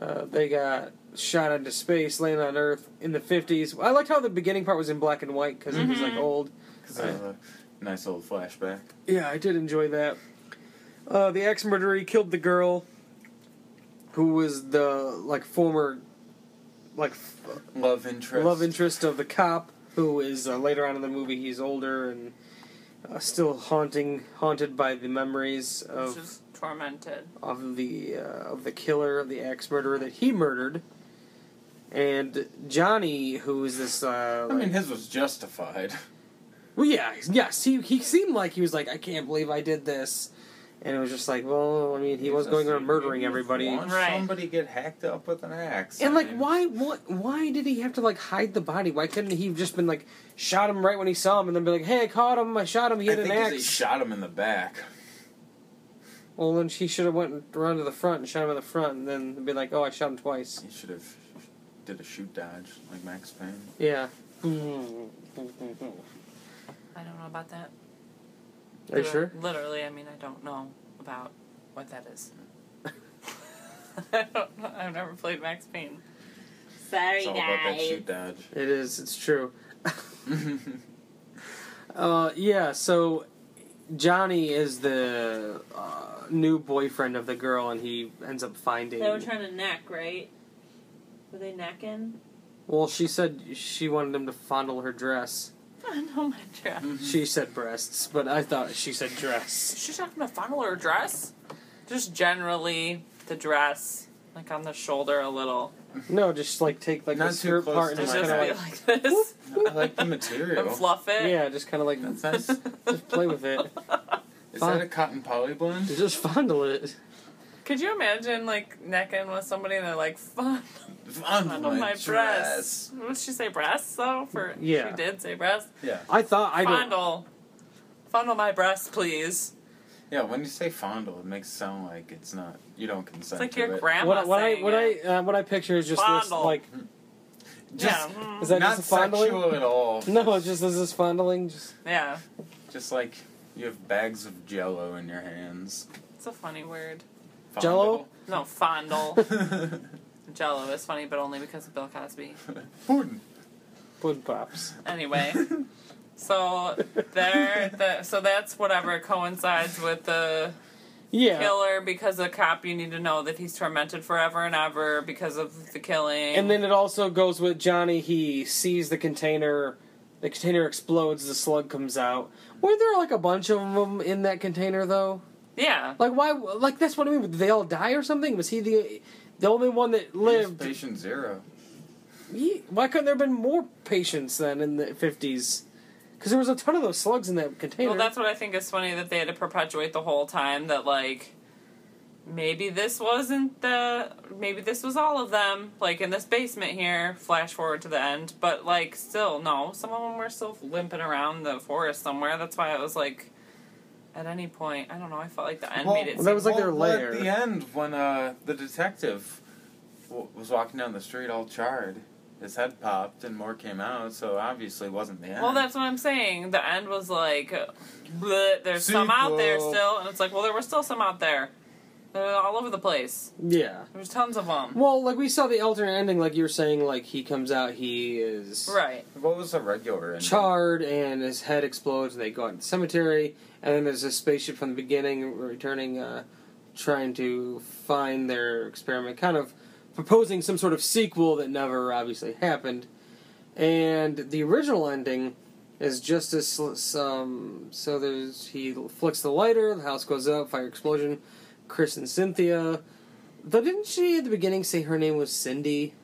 B: Uh, they got shot into space, landed on Earth in the 50s. I liked how the beginning part was in black and white because it was like
C: Mhm.
B: old.
E: 'Cause
B: Uh.
D: uh,
E: that was a nice old flashback.
B: Yeah, I did enjoy that. Uh, the axe murderer killed the girl who was the like former like f-
E: Love interest.
B: love interest of the cop who is uh, later on in the movie he's older and uh, still haunting haunted by the memories
C: It's
B: of
C: just tormented.
B: of the uh, of the killer of the axe murderer that he murdered and Johnny who is this uh
E: I mean,
B: like-
E: his was justified. (laughs)
B: well yeah yes he he seemed like he was like I can't believe I did this and it was just like well I mean he was going around murdering everybody
E: Watch
C: Right.
E: Somebody get hacked up with an axe.
B: And
E: I
B: like,
E: mean,
B: why, what, why did he have to like hide the body? Why couldn't he have just been like, shot him right when he saw him, and then be like, hey, I caught him, I shot him, he
E: I
B: had
E: think
B: an
E: 'cause
B: axe.
E: they shot him in the back.
B: well, then he should have went around to the front and shot him in the front, and then be like, oh, I shot him twice.
E: He should have did a shoot dodge like Max Payne.
B: Yeah. (laughs) Are
C: I don't know about that.
B: you sure?
C: Literally, I mean, I don't know about what that is. (laughs) I don't know. I've never played Max Payne. Sorry,
E: It's all about that shoot dodge.
B: It is. It's true. (laughs) Uh, yeah. So Johnny is the uh, new boyfriend of the girl, and he ends up finding.
F: They were trying to neck, right? Were they necking?
B: well, she said she wanted him to fondle her dress.
C: (laughs) I know my dress.
E: Mm-hmm.
B: She said breasts, but I thought she said
E: (laughs)
B: dress.
C: She's not gonna fondle her dress. Just generally the dress, like on the shoulder a little.
B: No, just like take like
E: Not
B: the
E: too
B: skirt
E: close
B: part
E: to
B: and
C: Just
B: just
E: my
B: kind
C: be
B: of like,
C: like this
E: (laughs) I like the
C: and
E: material.
C: fluff it.
B: yeah, just kind of like
E: That's nice.
B: just play with it,
E: Is
B: Fine.
E: that a cotton poly blend?
B: just fondle it.
C: (laughs) Could you imagine like necking with somebody and they're like,
B: (laughs)
C: "Fun
D: On
C: on my breasts." What did she say, breasts though? For
B: Yeah.
C: she did say breasts.
D: Yeah.
B: I thought I don't.
C: Fondle, fondle my breasts, please.
D: Yeah, when you say fondle, it makes it sound like it's not, you don't
C: It's
D: consent
C: like
D: to
C: your
D: it.
C: grandma
B: What, what I
C: saying
B: what I
C: it.
B: uh, what I picture is just this
C: Fondle.
B: like
C: yeah,
D: Just
C: mm,
B: is that
D: not
B: just a fondling?
D: sexual at all.
B: No, it's just this is fondling. Just
C: yeah.
D: Just like you have bags of jello in your hands.
C: It's a funny word.
B: Jell-O?
C: No, fondle.
D: Fondle.
C: Jello is funny, but only because of Bill Cosby.
B: (laughs)
D: Pudding.
B: wood pops.
C: Anyway, so there, the, so that's whatever coincides with the
B: Yeah,
C: killer because of the cop. You need to know that he's tormented forever and ever because of the killing.
B: and then it also goes with Johnny. He sees the container. The container explodes. The slug comes out. Were there like a bunch of them in that container though?
C: yeah,
B: Like why? Like that's what I mean. Did they all die or something? Was he the the only one that lived?
D: Patient zero.
B: Ye- why couldn't there have been more patients then in the fifties? Because there was a ton of those slugs in that container.
C: well, that's what I think is funny that they had to perpetuate the whole time that like. Maybe this wasn't the. Maybe this was all of them, like in this basement here. Flash forward to the end, but like still, no. Some of them were still limping around the forest somewhere. That's why I was like, at any point, I don't know. I felt like the end made it.
B: well, that
C: seem-
B: was like their
D: well,
B: lair.
D: At the end, when uh, the detective w- was walking down the street all charred, his head popped and more came out, so obviously it wasn't the end.
C: Well, that's what I'm saying. The end was like, bleh, there's some out there
D: Sequel.
C: still, and it's like, well, there were still some out there. They're all over the place.
B: yeah.
C: There's tons of them.
B: Well, like we saw the alternate ending, like you were saying, like he comes out, he is
C: Right.
D: What was the regular ending?
B: charred, and his head explodes, and they go out to the cemetery, and then there's a spaceship from the beginning returning, uh, trying to find their experiment, kind of proposing some sort of sequel that never obviously happened. And the original ending is just as sl- some. So there's he flicks the lighter, the house goes up, fire explosion, Chris and Cynthia. Though didn't she at the beginning say her name was Cindy?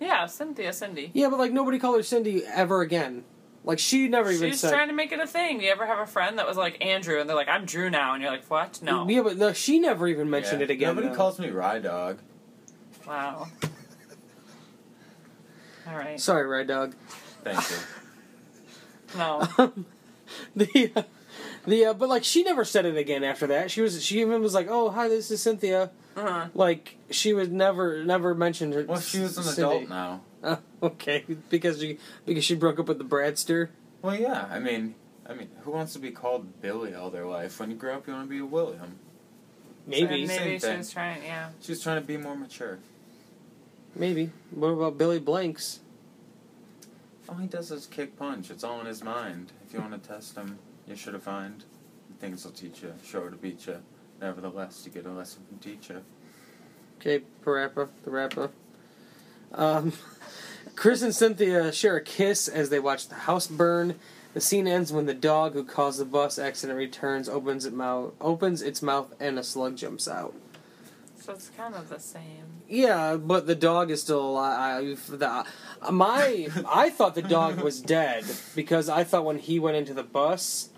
C: Yeah, Cynthia, Cindy.
B: Yeah, but like nobody called her Cindy ever again. Like she never even
C: She's
B: said.
C: trying to make it a thing. You ever have a friend that was like Andrew, and they're like, I'm Drew now, and you're like, what? No.
B: Yeah, but no, she never even
D: Yeah.
B: mentioned it again.
D: Nobody
B: though.
D: calls me Rye Dog.
C: Wow. All right.
B: Sorry, Red Dog. (laughs)
C: (laughs)
D: Thank you.
C: No.
B: The uh, the uh, but like she never said it again after that. She was she even was like, "Oh, hi, this is Cynthia."
C: Uh-huh.
B: Like she was never never mentioned her.
D: Well, she was an
B: Cindy. (laughs)
D: adult now.
B: Uh, okay, because she because she broke up with the Bradster.
D: Well, yeah. I mean, I mean, who wants to be called Billy all their life? When you grow up, you want to be a William.
B: Maybe,
C: So
D: Same
C: maybe she
D: thing.
C: was trying, yeah.
D: She's trying to be more mature.
B: maybe. What about Billy Blanks?
D: All he does is kick punch. It's all in his mind. If you want to test him, you should have find. Things will teach you, sure to beat you. Nevertheless, you get a lesson from teacher.
B: Okay, Parappa, the rapper. Um, (laughs) Chris and Cynthia share a kiss as they watch the house burn. The scene ends when the dog who caused the bus accident returns, opens its mouth, opens its mouth, and a slug jumps out.
C: So it's kind of the same.
B: Yeah, but the dog is still alive. The, my, I thought the dog
C: (laughs)
B: was dead because I thought when he went into the bus,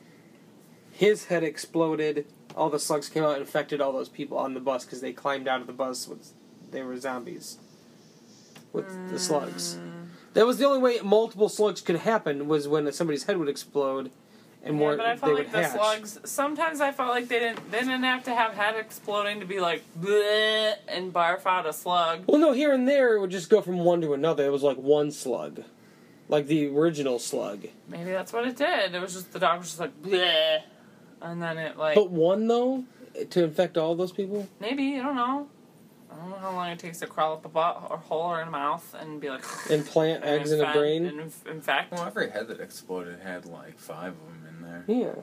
B: his head exploded. All the slugs came out and infected all those people on the bus because they climbed out of the bus with they were zombies with
C: Mm.
B: the slugs. That was the only way multiple slugs could happen was when somebody's head would explode, and more
C: yeah, but I
B: they
C: felt
B: would
C: like the
B: hatch.
C: slugs. Sometimes I felt like they didn't. They didn't have to have head exploding to be like bleh and barf out a slug.
B: Well, no, here and there it would just go from one to another. It was like one slug, like the original slug.
C: Maybe that's what it did. It was just the dog was just like bleh, and then it like
B: But one though to infect all those people.
C: maybe I don't know. I don't know how long it takes to crawl up a butt or hole or in a mouth and be like
B: Implant
C: (laughs) and
B: eggs in a
C: infect-
B: brain.
C: And inf- infect.
D: Well, every head that exploded had like five of them in there.
B: Yeah.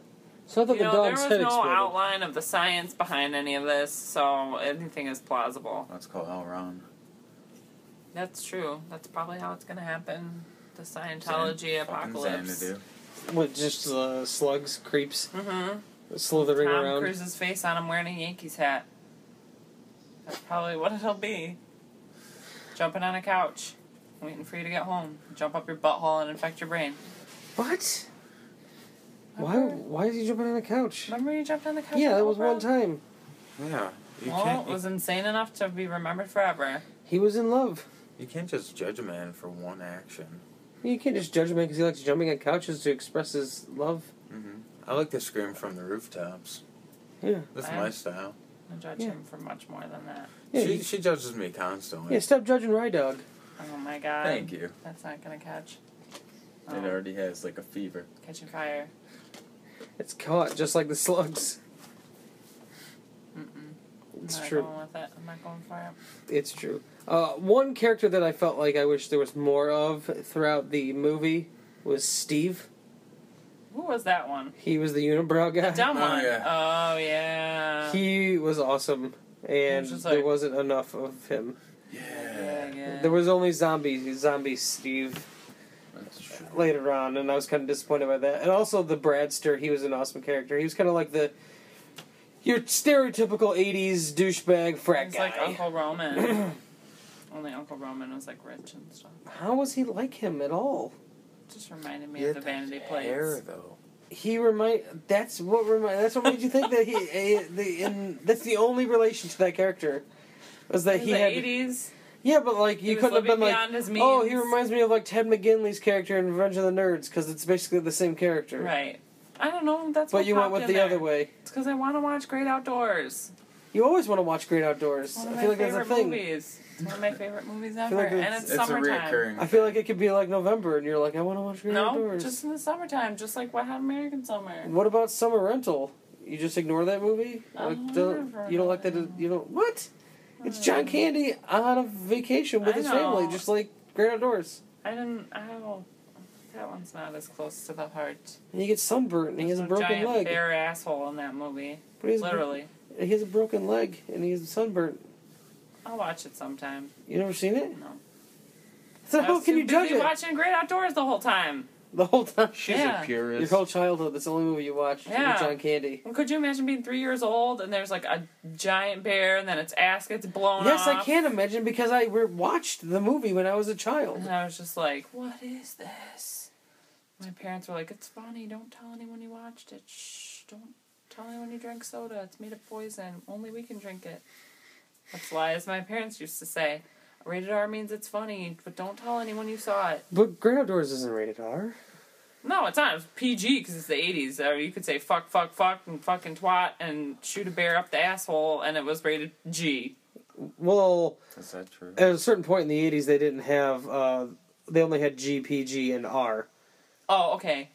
B: So I thought
C: You
B: the
C: know, there
B: dog's
C: was
B: head
C: no
B: exploded.
C: outline of the science behind any of this, so anything is plausible.
D: Let's call Elron.
C: That's true. That's probably how it's gonna happen. The Scientology
D: Zan- fucking
C: apocalypse.
D: Xanadu.
B: With just uh, slugs, creeps
C: Mm-hmm.
B: slithering
C: Tom
B: around.
C: Cruise's face on him wearing a Yankees hat. That's probably what it'll be. Jumping on a couch, waiting for you to get home. Jump up your butthole and infect your brain.
B: What? Why?
C: Remember?
B: Why is he jumping on the couch?
C: Remember you jumped on the couch?
B: Yeah, that was
C: with Oprah?
B: one time.
D: Yeah. You
C: well,
D: can't,
C: it
D: you,
C: was insane enough to be remembered forever.
B: He was in love.
D: you can't just judge a man for one action.
B: You can't just judge a man because he likes jumping on couches to express his love.
D: hmm I like to scream from the rooftops.
B: Yeah.
D: That's
C: I-
D: my style.
C: I judge
B: Yeah.
C: him for much more than that.
B: Yeah,
D: she,
B: you-
D: she judges me constantly.
B: Yeah, stop judging Rye Dog.
C: Oh my god.
D: Thank you.
C: That's not gonna catch. Oh,
D: It already has like a fever.
C: catching fire.
B: It's caught just like the slugs.
C: Mm-mm.
B: It's
C: I'm not
B: true.
C: Going with it. I'm not going for it.
B: It's true. Uh, one character that I felt like I wish there was more of throughout the movie was Steve.
C: Who was
B: (laughs)
C: that one?
B: He was the unibrow
C: The
B: guy.
C: dumb
D: Oh,
C: one.
D: yeah.
C: Oh yeah.
B: He was awesome, and
C: just
B: there
C: like-
B: wasn't enough of him.
C: yeah, yeah.
B: There was only zombie, zombie Steve
D: That's true.
B: later on, and I was kind of disappointed by that. And also the Bradster, he was an awesome character. He was kind of like the your stereotypical '80s douchebag frat
C: He's
B: guy.
C: like Uncle Roman.
B: (laughs)
C: Only Uncle Roman was like rich and stuff.
B: How was he like him at all?
C: Just reminded me
D: Yeah,
C: of the Vanity Plates.
D: Hair though.
B: He remind. That's what remind. That's what made you think
C: (laughs)
B: that he. eh, the, and that's the only relation to that character. Was that
C: It was
B: he
C: the
B: had?
C: eighties.
B: Yeah, but like
C: He
B: you
C: was
B: couldn't have
C: living
B: been like.
C: beyond his means.
B: Oh, he reminds me of like Ted McGinley's character in Revenge of the Nerds because it's basically the same character.
C: Right. I don't know. That's
B: But
C: what
B: you went
C: popped
B: with
C: in
B: the
C: there.
B: other way.
C: It's because I want to watch Great Outdoors.
B: You always want to watch Great Outdoors.
C: One of
B: I
C: my
B: feel like that's a
C: favorite
B: thing.
C: movies. It's one of my favorite movies
B: feel
C: ever,
B: like
C: and
B: it's-
C: it's,
D: It's a
C: summertime.
D: reoccurring.
B: I feel like it could be like November, and you're like, I want to watch Great
C: no,
B: Outdoors.
C: just in the summertime, just like What Hot American Summer.
B: What about Summer Rental? You just ignore that movie?
C: I
B: Like,
C: don't
B: don't-
C: remember.
B: you don't like that? You don't what? It's John Candy on a vacation with
C: Uh, I
B: his
C: know.
B: family, just like Great Outdoors.
C: I didn't. I don't. That one's not as close to the heart.
B: And he gets sunburnt, and he has a
C: There's no
B: broken
C: giant
B: leg.
C: bare asshole in that movie.
B: But he has a bro-
C: Literally,
B: he has a broken leg, and he's sunburnt.
C: I'll watch it sometime.
B: You never seen it? (laughs)
C: No.
B: So
C: I
B: how
C: was
B: can
C: too
B: you judge
C: busy
B: it
C: Watching Great Outdoors the whole time.
B: the whole time?
D: She's
C: Yeah.
D: a
B: Your
D: purist.
B: whole childhood, that's the only movie you watched. with
C: Yeah.
B: John Candy.
C: And could you imagine being three years old and there's like a giant bear and then its ass gets blown
B: yes,
C: off?
B: I can imagine because I re- watched the movie when I was a child.
C: And I was just like, "What is this?" My parents were like, "It's funny. Don't tell anyone you watched it. Shh. Don't tell anyone you drank soda. It's made of poison. Only we can drink it." That's lies. My parents used to say, "Rated R means it's funny, but don't tell anyone you saw it."
B: But Great Outdoors isn't rated R.
C: No, it's not. It's PG because it's the 80s. Or you could say fuck, fuck, fuck, and fucking twat and shoot a bear up the asshole, and it was rated G.
B: Well,
D: Is that true?
B: at a certain point in the 80s, they didn't have, uh, they only had G, P, G, and R.
C: Oh, okay.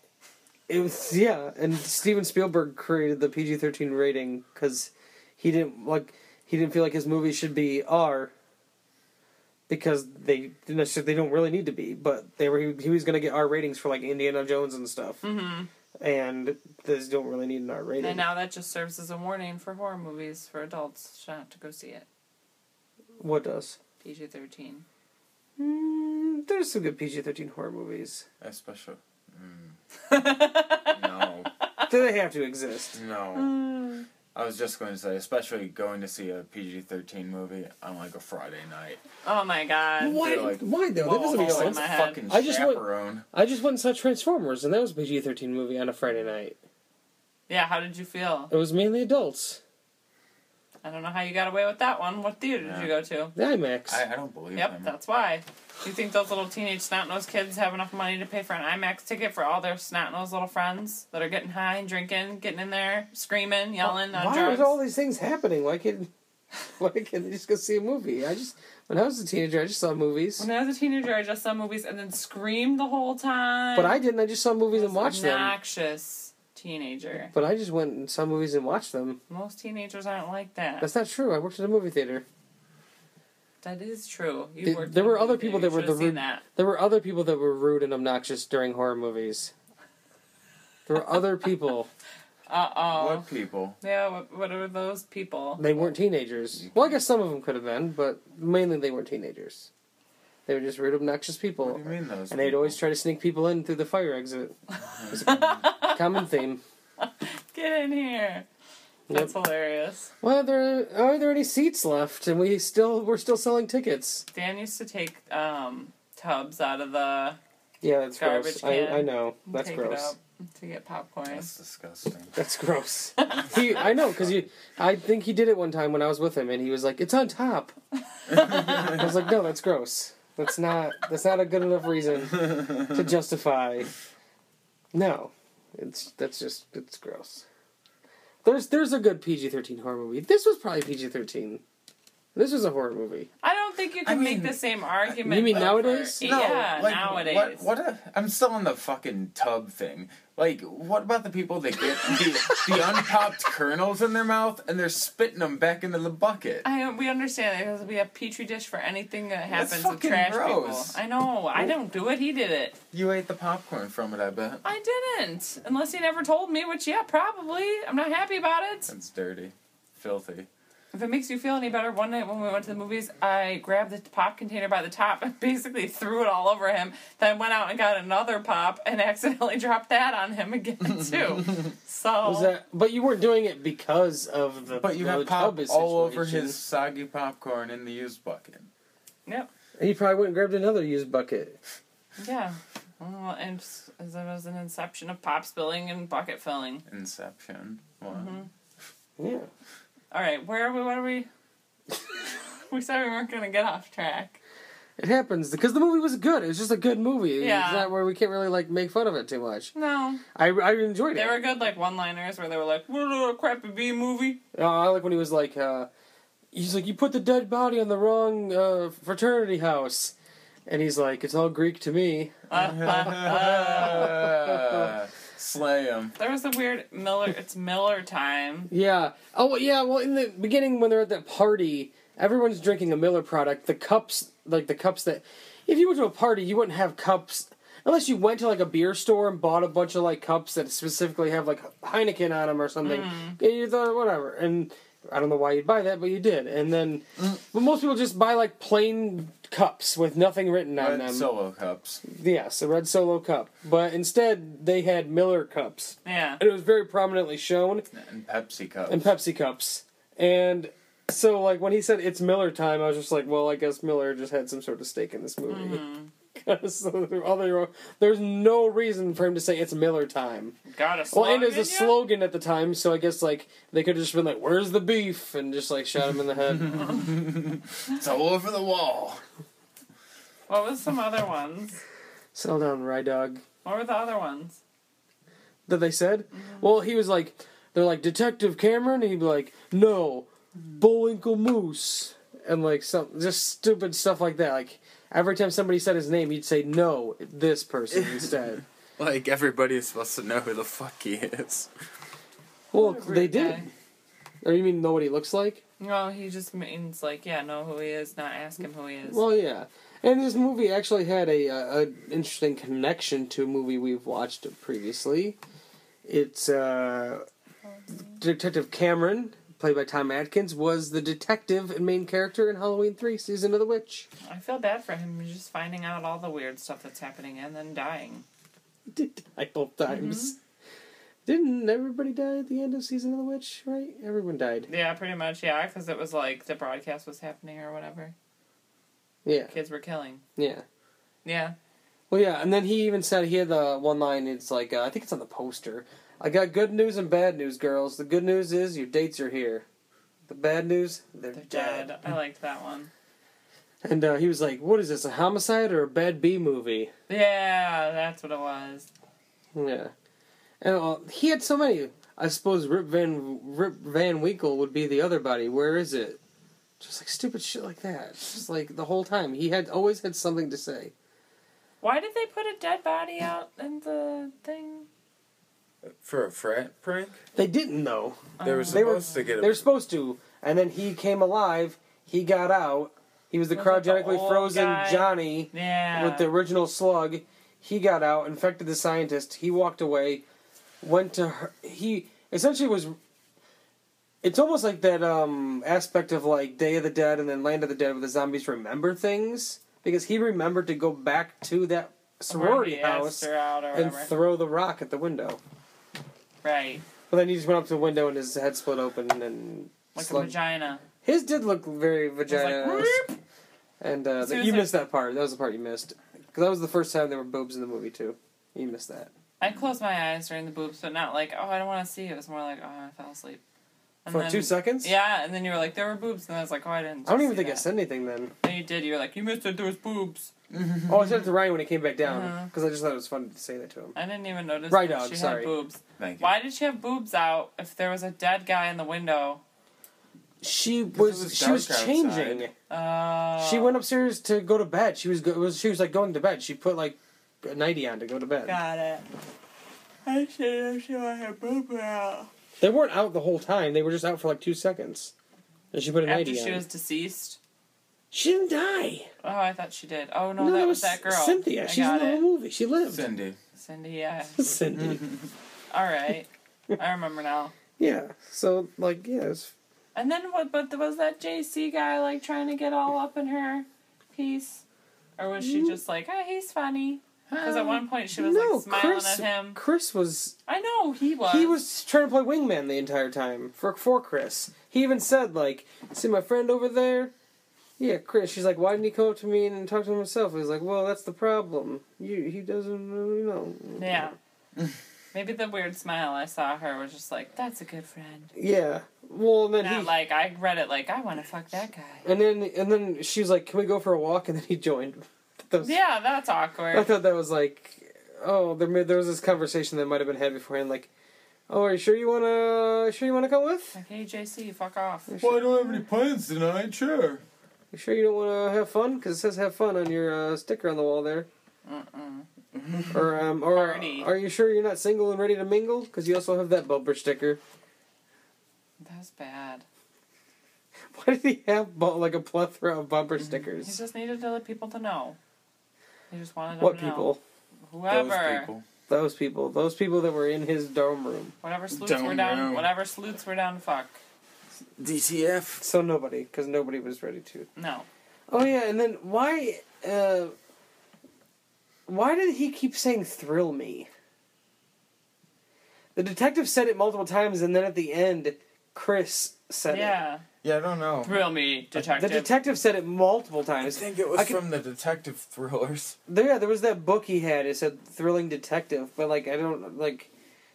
B: It was, yeah, and Steven Spielberg created the PG 13 rating because he didn't, like, he didn't feel like his movie should be R because they didn't necessarily, they don't really need to be, but they were, he, he was going to get R ratings for, like, Indiana Jones and stuff. Mm-hmm. And these don't really need an R rating.
C: And now that just serves as a warning for horror movies for adults not to go see it.
B: What does?
C: PG 13.
B: Mm, there's some good PG 13 horror movies.
D: Especially.
C: (laughs)
D: Mm. no,
B: Do they have to exist?
D: no.
C: Mm.
D: I was just going to say, especially going to see a PG-13 movie on like a Friday night.
C: Oh my god.
B: Why?
D: They're like,
B: why though?
C: Well,
B: that doesn't make
C: hold on,
B: sense.
C: my
D: a
C: head.
D: fucking
B: I just want-
D: chaperone.
B: I just went and saw Transformers, and that was a PG thirteen movie on a Friday night.
C: Yeah, how did you feel?
B: It was mainly adults.
C: I don't know how you got away with that one. What theater did
D: Yeah.
C: you go to?
B: The IMAX.
D: I, I don't believe
C: Yep,
D: him.
C: that's why. Do you think those little teenage snot nosed kids have enough money to pay for an IMAX ticket for all their snot nosed little friends that are getting high and drinking, getting in there, screaming, yelling
B: Oh,
C: on
B: why
C: drugs?
B: are all these things happening? Why can't (laughs) Why can't they just go see a movie? I just when I was a teenager, I just saw movies.
C: when I was a teenager, I just saw movies and then screamed the whole time.
B: But I didn't. I just saw movies and watched them.
C: Obnoxious teenager.
B: But I just went and saw movies and watched them.
C: Most teenagers aren't like that.
B: That's not true. I worked at a movie theater.
C: that is true. You
B: Th-
C: worked
B: there
C: in a
B: were other
C: movie
B: people that
C: theater.
B: were
C: You should've
B: the
C: seen
B: re-
C: that.
B: There were other people that were rude and obnoxious during horror movies. There were other people.
C: Uh oh.
D: What people?
C: Yeah. What, what are those people?
B: They weren't teenagers. Well, I guess some of them could have been, but mainly they weren't teenagers. They were just rude, obnoxious people.
D: What do you mean those?
B: And they'd
D: people?
B: always try to sneak people in through the fire exit. It's
C: (laughs)
B: a common theme.
C: Get in here. That's hilarious.
B: Why are there are there any seats left? And we still we're still selling tickets.
C: Dan used to take um, tubs out of the
B: Yeah, that's
C: Garbage
B: gross. I,
C: can.
B: I know that's
C: Take it
B: gross.
C: out. to get popcorn.
D: That's disgusting.
B: That's gross. he, I know, because I think he did it one time when I was with him, and he was like, "It's on top." I was like, "No, that's gross. That's not. That's not a good enough reason to justify." No, it's that's just it's gross. There's there's a good PG thirteen horror movie. This was probably PG thirteen. This was a horror movie.
C: I don't think you
D: I
C: can make
D: mean,
C: the same argument.
B: you mean
C: though,
B: nowadays?
C: for- yeah,
D: like,
C: nowadays.
D: What, what a, I'm still on the fucking tub thing. Like, what about the people that
C: (laughs)
D: get the, the unpopped kernels in their mouth and they're spitting them back into the bucket?
C: I we understand that because we have petri dish for anything that
D: That's
C: happens with
D: fucking
C: trash people.
D: gross.
C: I know. I don't do it. He did it.
D: You ate the popcorn from it, I bet.
C: I didn't. Unless he never told me, which yeah, probably. I'm not happy about it.
D: That's dirty. Filthy.
C: If it makes you feel any better, one night when we went to the movies, I grabbed the pop container by the top and (laughs) basically threw it all over him. Then went out and got another pop and (laughs) accidentally dropped that on
B: (laughs)
C: him again too. So
B: Was that? But you weren't doing it because of the.
D: But you
B: the
D: have pop
B: Tubbs
D: all over
B: situation.
D: his soggy popcorn in the used bucket.
C: Yep.
B: He probably went and grabbed another used bucket.
C: Yeah. Well, and s- as it was an inception of pop spilling and bucket filling.
D: Inception. Wow.
B: Yeah.
C: All right, where are we? What are we? (laughs) we said we weren't gonna get off track.
B: It happens because the movie was good. It was just a good movie.
C: Yeah.
B: It's not where we can't really like make fun of it too much.
C: No,
B: I, I enjoyed it.
C: they were good like one-liners where they were like, "What a crappy
B: (laughs)
C: B movie."
B: Oh, I like when he was like, uh, he's like, you put the dead body on the wrong uh, fraternity house, and he's like, it's all Greek to me.
C: Uh, Mm-hmm.
D: (laughs) Slay him.
C: There was the weird Miller. It's Miller time.
B: Yeah. Oh, yeah. Well, in the beginning when they're at that party, everyone's drinking a Miller product. The cups, like the cups that, if you went to a party, you wouldn't have cups unless you went to like a beer store and bought a bunch of like cups that specifically have like Heineken on them or something. Yeah, you thought whatever and. I don't know why you'd buy that, but you did. And then, but most people just buy like plain cups with nothing written on
D: Red
B: them.
D: solo cups.
B: Yes, a red solo cup. But instead, they had Miller cups.
C: Yeah.
B: And it was very prominently shown
D: And Pepsi cups.
B: and Pepsi cups. And so, like, when he said it's Miller time, I was just like, well, I guess Miller just had some sort of stake in this movie.
C: Mm-hmm.
B: (laughs) so there- other- there's no reason for him to say it's Miller time.
C: Got a.
B: Well, and it was a
C: slogan, yeah?
B: slogan at the time, so I guess, like, they could have just been like, where's the beef? And just, like, shot him in the
C: (laughs)
B: head.
D: It's all over the wall.
C: What was some other ones?
B: Settle down, Rye Dog.
C: What were the other ones?
B: that they said? Well, he was like, they're like Detective Cameron, and he'd be like, no, Bullwinkle Moose, and like some just stupid stuff like that. Like every time somebody said his name, he'd say no, this person instead.
D: Like everybody is supposed to know who the fuck he is.
B: Well,
C: What a
B: they
C: weird
B: did.
C: guy.
B: Or you mean know what he looks like?
C: No, he just means like, yeah, know who he is, not ask him who he is.
B: Well, yeah. And this movie actually had a, a, a interesting connection to a movie we've watched previously. It's uh, Detective Cameron, played by Tom Atkins, was the detective and main character in Halloween Three: Season of the Witch. (laughs)
C: I feel bad for him just finding out all the weird stuff that's happening and then dying.
B: Did die both times. Didn't everybody die at the end of Season of the Witch? Right, everyone died.
C: Yeah, pretty much. Yeah, because it was like the broadcast was happening or whatever.
B: Yeah,
C: Kids were killing.
B: yeah.
C: Yeah.
B: Well, yeah, and then he even said he had the one line. It's like uh, I think it's on the poster. I got good news and bad news, girls. The good news is your dates are here. The bad news, they're,
C: They're
B: dead.
C: dead. I liked that one.
B: And uh, he was like, "What is this? A homicide or a bad B movie?"
C: Yeah, that's what it was.
B: Yeah, and uh, he had so many. I suppose Rip Van Rip Van Winkle would be the other body. Where is it? Just like stupid shit like that. Just like the whole time he had always had something to say.
C: Why did they put a dead body out in the thing?
D: For a frat prank?
B: They didn't though.
D: They were
B: They were-
D: supposed to get a
B: They were supposed to, and then he came alive. He got out. He was the
C: Was it the
B: cryogenically
C: old
B: frozen
C: guy?
B: Johnny
C: Yeah.
B: with the original slug. He got out, infected the scientist. He walked away, went to her. He essentially was. It's almost like that um, aspect of like Day of the Dead and then Land of the Dead, where the zombies remember things because he remembered to go back to that sorority
C: Where he asked
B: house
C: her out or
B: and
C: whatever.
B: throw the rock at the window.
C: right.
B: But then he just went up to the window and his head split open and
C: Like
B: slug-
C: a vagina.
B: his did look very vagina,
C: It was like,
B: and uh,
C: As soon
B: you
C: as I-
B: missed that part. That was the part you missed because that was the first time there were boobs in the movie too. You missed that.
C: I closed my eyes during the boobs, but not like, oh, I don't want to see. It was more like, oh, I fell asleep. And
B: for
C: then-
B: two seconds.
C: Yeah, and then you were like, there were boobs, and I was like, oh, I didn't.
B: I don't even
C: see
B: think I
C: that.
B: said anything then.
C: No, you did. You were like, you missed it. There was boobs.
B: Oh, I said it to Ryan when he came back down
C: Uh-huh.
B: because I just thought it was fun to say that to him.
C: I didn't even notice.
B: Right
C: that
B: on,
C: she
B: sorry.
C: had boobs.
D: Thank you.
C: Why did she have boobs out if there was a dead guy in the window?
B: She
D: it
B: was
D: was
B: she
D: dark
B: was changing.
D: outside.
C: Uh,
B: She went upstairs to go to bed. She was go- was she was like going to bed. She put like a nightie on to go to bed.
C: Got it. I should have shown her boob out.
B: They weren't out the whole time. They were just out for like two seconds. And she put a
C: After
B: nightie
C: she
B: on.
C: was deceased.
B: She didn't die.
C: Oh, I thought she did. Oh no,
B: no,
C: that
B: was
C: was that girl.
B: Cynthia.
C: I
B: She's in
C: got
B: the whole
C: it. Mm-hmm.
B: movie. She lived.
D: Cindy.
C: Cindy. Yeah.
B: Cindy.
C: All right. I remember now.
B: yeah. So like yeah, it was-
C: And then what? But th- was that JC guy like trying to get all up in her piece, or was she just like, "Ah, he's funny"? Because at one point she was
B: Mm. Um, no,
C: like smiling
B: Chris,
C: at him.
B: Chris was
C: I know he was.
B: he was trying to play wingman the entire time for for Chris. He even said like, "See my friend over there." Yeah, Chris. She's like, "Why didn't he come up to me and talk to him himself?" He's like, "Well, that's the problem. You he doesn't really know." (laughs)
C: Yeah. Maybe the weird smile I saw her was just like, "That's a good friend."
B: Yeah. Well, and then
C: Not
B: he
C: like I read it like I want to fuck that guy.
B: and then and then she was like, "Can we go for a walk?" And then he joined. (laughs) That was-
C: Yeah, that's
B: I
C: awkward.
B: thought that was like, oh, there may- there was this conversation that might have been had beforehand, like, oh, are you sure you wanna sure you wanna come with?
C: Like, hey JC, fuck off.
D: Well, I don't have any plans tonight. Sure.
B: You sure you don't wanna have fun? Because it says have fun on your uh, sticker on the wall there.
C: Mm-mm.
B: Or um, or
C: Party.
B: are you sure you're not single and ready to mingle? Because you also have that bumper sticker. (laughs)
C: That's bad.
B: Why did he have bu- like a plethora of bumper
C: Mm-hmm. He
B: stickers?
C: just needed to let people to know. He just wanted them
B: What
C: to know.
B: people?
C: Whoever.
B: Those
D: Those people.
B: people. Those people that were in his dorm room.
C: Whatever sleuths
D: Don't
C: were down,
D: know.
C: whatever sleuths were down, fuck.
D: DTF.
B: So nobody, because nobody was ready to.
C: No.
B: Oh yeah, and then why? Uh, why did he keep saying "thrill me"? The detective said it multiple times, and then at the end, Chris said it.
C: Yeah.
E: Yeah, I don't know.
C: Thrill me, detective.
B: The detective said it multiple
E: I
B: times.
E: think it was
B: I could-
E: from the detective thrillers. (laughs)
B: There, yeah, there was that book he had. It said "thrilling detective," but like I don't like.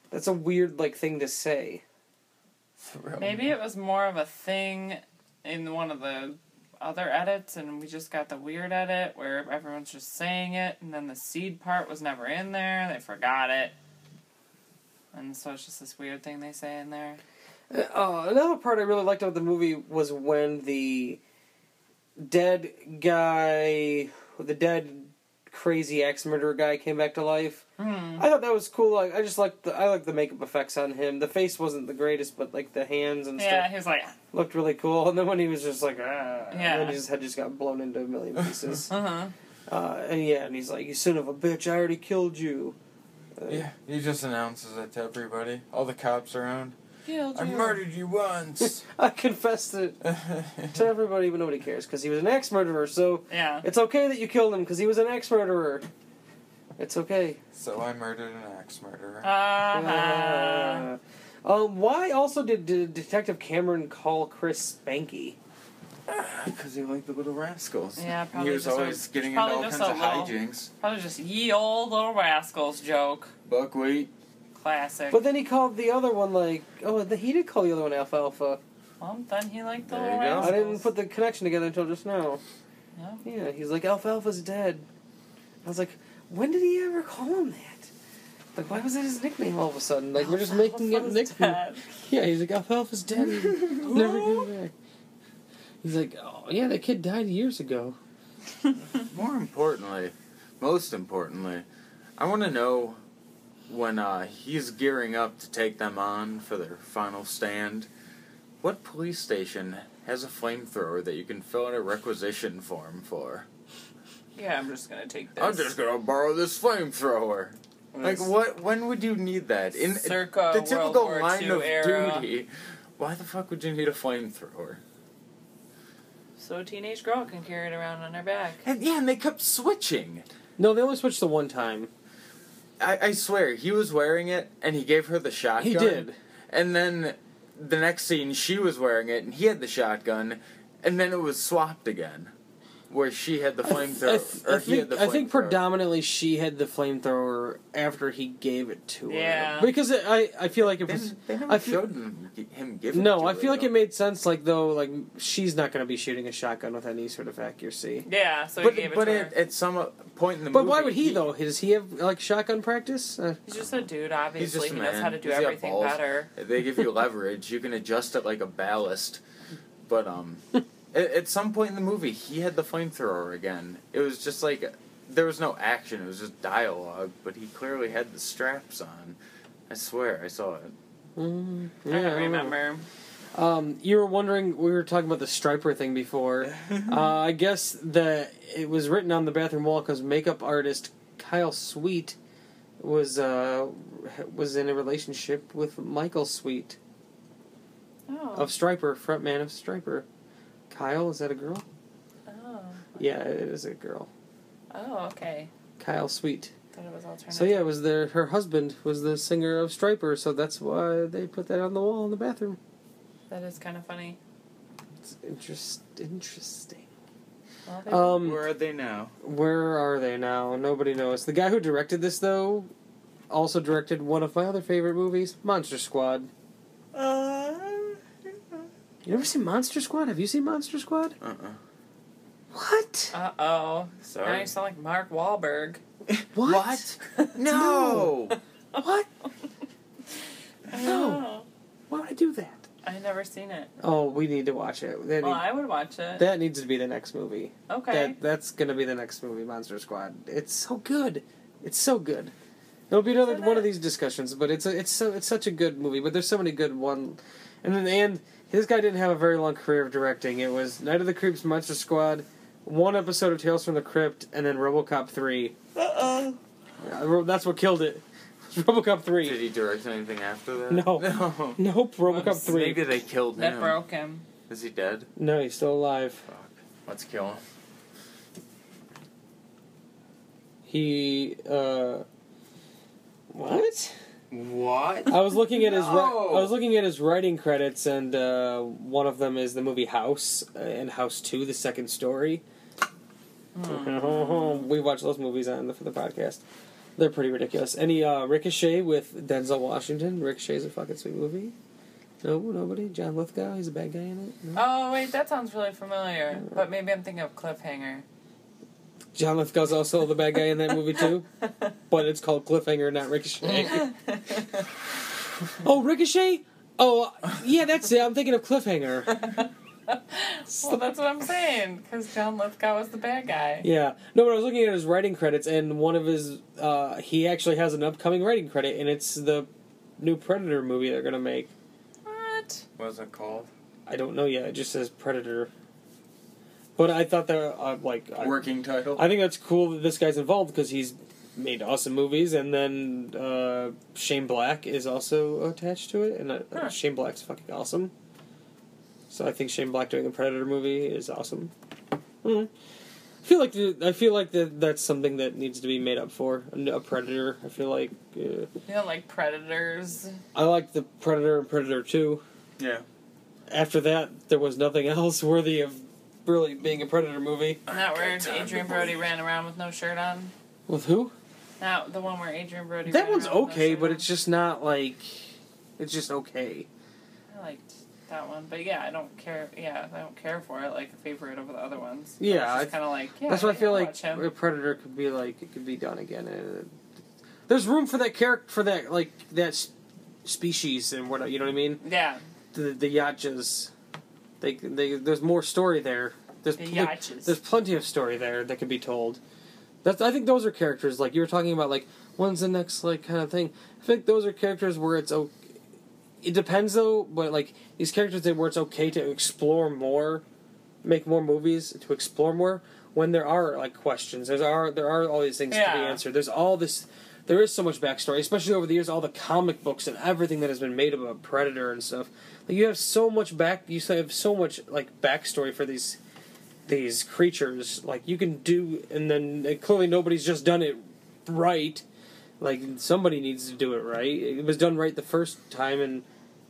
B: That's a weird like thing to say.
E: Thriller.
C: Maybe it was more of a thing in one of the other edits, and we just got the weird edit where everyone's just saying it, and then the seed part was never in there. They forgot it. And so it's just this weird thing they say in there.
B: Uh, another part I really liked about the movie was when the dead guy, the dead crazy ex murderer guy, came back to life.
C: Hmm.
B: I thought that was cool. Like, I just liked the I liked the makeup effects on him. The face wasn't the greatest, but like the hands and
C: Yeah,
B: stuff
C: he was like,
B: looked really cool. (laughs) And then when he was just like, ah,
C: Yeah.
B: and then his head just got blown into a million pieces.
C: uh huh.
B: uh, and yeah, and he's like, "You son of a bitch! I already killed you." Uh,
E: Yeah, he just announces it to everybody. All the cops around.
C: Killed
E: I
C: you.
E: murdered you once.
B: (laughs)
E: (laughs)
B: I confessed it to everybody, but nobody cares because he was an ex murderer. So.
C: Yeah.
B: It's okay that you killed him because he was an ex murderer. It's okay.
E: so I murdered an axe murderer.
C: Uh,
E: (laughs)
C: Uh-huh.
B: Uh, um, why also did, did Detective Cameron call Chris Spanky?
D: Because he liked the little rascals.
C: Yeah,
D: And
C: probably
D: he was
C: just
D: always
C: a-
D: getting into
C: probably
D: all kinds
C: just
D: of
C: a lull.
D: hijinks.
C: Probably just ye old little rascals joke.
D: Buckwheat.
C: Classic.
B: But then he called the other one like oh the, he did call the other one Alfalfa.
C: well, then he liked the
D: There
C: little
D: you go.
C: rascals.
B: I didn't put the connection together until just now.
C: No.
B: Yeah, he's like Alfalfa's dead. I was like, when did he ever call him that? Like, why was that his nickname all of a sudden? Like, we're just making up
C: Alpha's
B: nicknames.
C: dead.
B: Yeah, he's
E: (laughs)
B: like, Alfalfa's dead. Never coming back. He's like, oh, yeah, that kid died years ago.
D: More importantly, most importantly, I want to know when uh, he's gearing up to take them on for their final stand. What police station has a flamethrower that you can fill out a requisition form for?
C: Yeah, I'm just gonna take this.
D: I'm just gonna borrow this flamethrower. Like what? When would you need that? In
C: Circa
D: the
C: World
D: typical
C: War
D: line
C: II
D: of
C: era.
D: duty, why the fuck would you need a flamethrower?
C: So a teenage girl can carry it around on her back.
D: And yeah, and they kept switching.
B: No, they only switched the one time.
D: I, I swear, he was wearing it, and he gave her the shotgun.
B: He did.
D: And then the next scene, she was wearing it, and he had the shotgun, and then it was swapped again.
E: where she had the
B: I,
E: flamethrower,
B: th- I
E: or he had
B: think,
E: the
B: I think
E: flamethrower.
B: predominantly she had the flamethrower after he gave it to her.
C: Yeah.
B: Because it, I, I feel like it
E: They,
B: was.
E: they never
B: I feel-
E: showed him, him giving.
B: No,
E: to
B: I
E: her,
B: feel like
E: though.
B: it made sense, like, though, like, she's not going to be shooting a shotgun with any sort of accuracy.
C: Yeah, so
E: But,
C: he gave it
E: but
C: to
E: at,
C: her.
E: at
B: uh,
E: some point in the
B: But
E: movie,
B: why would he, though? Does he have, like, shotgun practice? Uh,
C: He's just a dude, obviously.
E: a
C: he knows
E: man.
C: how to do
E: He's got
C: everything
E: balls.
C: better.
E: They give
B: (laughs)
E: you leverage. You can adjust it like a ballast. But
B: (laughs)
E: um, at, at some point in the movie, he had the flamethrower again. It was just like there was no action. It was just dialogue. But he clearly had the straps on. I swear, I saw it.
B: mm, yeah,
C: I
B: don't
C: don't
B: know.
C: remember.
B: Um, you were wondering. We were talking about the striper thing before. uh, I guess the it was written on the bathroom wall because makeup artist Kyle Sweet was uh, was in a relationship with Michael Sweet
C: Oh.
B: of Striper, frontman of Striper. Kyle, is that a girl?
C: Oh.
B: Yeah, it is a girl.
C: Oh, okay.
B: Kyle Sweet.
C: Thought it was alternative.
B: So yeah, it was their her husband was the singer of Striper, so that's why they put that on the wall in the bathroom.
C: That is kind of funny.
B: It's interest interesting.
C: Well, they-
B: Um,
D: Where are they now?
B: Where are they now? Nobody knows. The guy who directed this, though, also directed one of my other favorite movies, Monster Squad.
D: Uh,
B: You ever seen Monster Squad? Have you seen Monster Squad?
E: Uh uh
B: What?
C: Uh oh. Now
E: Sorry.
C: you sound like Mark Wahlberg.
B: What?
E: No.
B: What?
C: I
B: No.
C: know.
B: Why would I do that?
C: I've never seen it.
B: Oh, we need to watch it. That,
C: Well,
B: need-
C: I would watch it.
B: that needs to be the next movie.
C: okay.
B: That that's gonna be the next movie, Monster Squad. It's so good. It's so good. It'll be another
C: So
B: one of
C: that-
B: these discussions, but it's a, it's so it's such a good movie. But there's so many good one, and then and this guy didn't have a very long career of directing. It was Night of the Creeps, Monster Squad, one episode of Tales from the Crypt, and then RoboCop three.
C: Uh-oh.
B: Yeah, Ro- that's what killed it. (laughs) RoboCop
E: Did
B: three.
E: he direct anything after that?
B: No.
E: No.
B: Nope, RoboCop (laughs)
C: Whoops.
B: three.
E: Maybe they killed
C: That
E: him.
C: broke him.
E: Is he dead?
B: No, he's still alive.
E: Let's kill him.
B: He uh, what?
E: What?
B: I was looking at his ri-
E: No.
B: I was looking at his writing credits, and uh, one of them is the movie House uh, and House Two: The Second Story. (laughs) we watch those movies on the, for the podcast. They're pretty ridiculous. Any uh, Ricochet with Denzel Washington? Ricochet's a fucking sweet movie. No, nobody. John Lithgow, he's a bad guy in it. No.
C: Oh, wait, that sounds really familiar. But maybe I'm thinking of Cliffhanger.
B: John Lithgow's also the bad guy in that movie too, but it's called Cliffhanger, not Ricochet. oh, Ricochet! Oh, yeah, that's it. I'm thinking of Cliffhanger.
C: Well, that's what I'm saying, because John Lithgow was the bad guy.
B: Yeah. No, but I was looking at his writing credits, and one of his, uh, he actually has an upcoming writing credit, and it's the new Predator movie they're gonna make.
C: What?
D: What's it called?
B: I don't know yet. It just says Predator. But I thought that, uh, like, I,
E: Working title.
B: I think that's cool that this guy's involved because he's made awesome movies, and then uh, Shane Black is also attached to it, and uh,
C: Huh.
B: Shane Black's fucking awesome. So I think Shane Black doing a Predator movie is awesome. Mm. I feel like the, I feel like that that's something that needs to be made up for a, a Predator. I feel like uh,
C: You know, like Predators.
B: I like the Predator and Predator Two.
D: Yeah.
B: After that, there was nothing (laughs) else worthy of really being a Predator movie.
C: Isn't that where Adrian Brody ran around with no shirt on?
B: With who?
C: Not the one where Adrian Brody.
B: That
C: ran
B: one's
C: around with no
B: okay,
C: shirt
B: but
C: on.
B: it's just not like it's just okay.
C: I liked that one, but yeah, I don't care. Yeah, I don't care for it like a favorite over the other ones.
B: Yeah, I-
C: it's kind of like yeah.
B: That's why I feel
C: I'll
B: like
C: watch him.
B: a predator could be like it could be done again. Uh, There's room for that character for that like that s- species and what you know what I mean.
C: yeah,
B: The the yachas, they they there's more story there. There's
C: the
B: pl-
C: yachts.
B: there's plenty of story there that could be told. That's I think those are characters like you were talking about like when's the next like kind of thing. I think those are characters where it's okay. It depends though, but like these characters that where it's okay to explore more, make more movies to explore more when there are like questions. There's are there are all these things to be
C: Yeah.
B: answered. There's all this. There is so much backstory, especially over the years, all the comic books and everything that has been made about Predator and stuff. Like you have so much back, you have so much like backstory for these these creatures. Like you can do, and then and clearly nobody's just done it right. Like somebody needs to do it right. It was done right the first time, and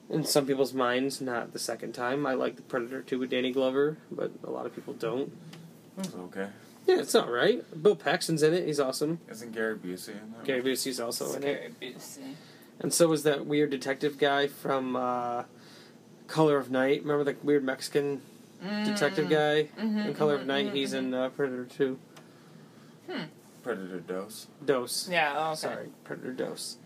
B: in some people's minds, not the second time. I like the Predator Two with Danny Glover, but a lot of people don't.
D: That's okay.
B: Yeah, it's not right. Bill Paxton's in it. He's awesome.
D: Isn't Gary Busey in that?
B: Gary Busey's also in it.
C: Scary Busey.
B: And so was that weird detective guy from uh, Color of Night. Remember the weird Mexican detective guy in Color of Night? He's in uh, Predator 2.
D: Predator Dose.
B: Dose.
C: Yeah, oh, okay.
B: Sorry, Predator Dose.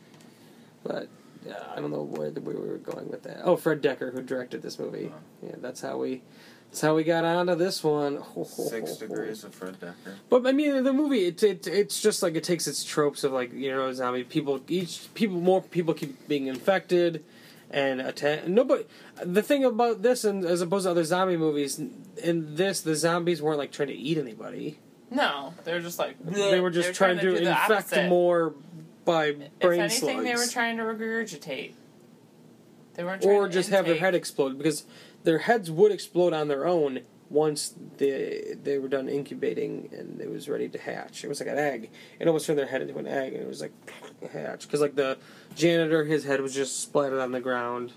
B: But uh, I don't know where the, where we were going with that. Oh, Fred Decker, who directed this movie. Yeah, that's how we. That's how we got onto this one. (laughs) Ho, ho,
D: Six
B: ho, ho.
D: degrees of Fred Decker.
B: But I mean, the movie it, it it's just like it takes its tropes of like you know zombie people each people more people keep being infected, and attack nobody. The thing about this and as opposed to other zombie movies, in this the zombies weren't like trying to eat anybody.
C: No, they're just like
B: They were just trying, to,
C: do the
B: infect
C: opposite.
B: more by
C: If
B: brain
C: anything,
B: slugs,
C: they were trying to regurgitate. They weren't trying
B: or
C: to
B: just have their
C: intake.
B: head explode because their heads would explode on their own once they they were done incubating and it was ready to hatch. It was like an egg. It almost turned their head into an egg and it was like hatch because like the janitor, his head was just splattered on the ground.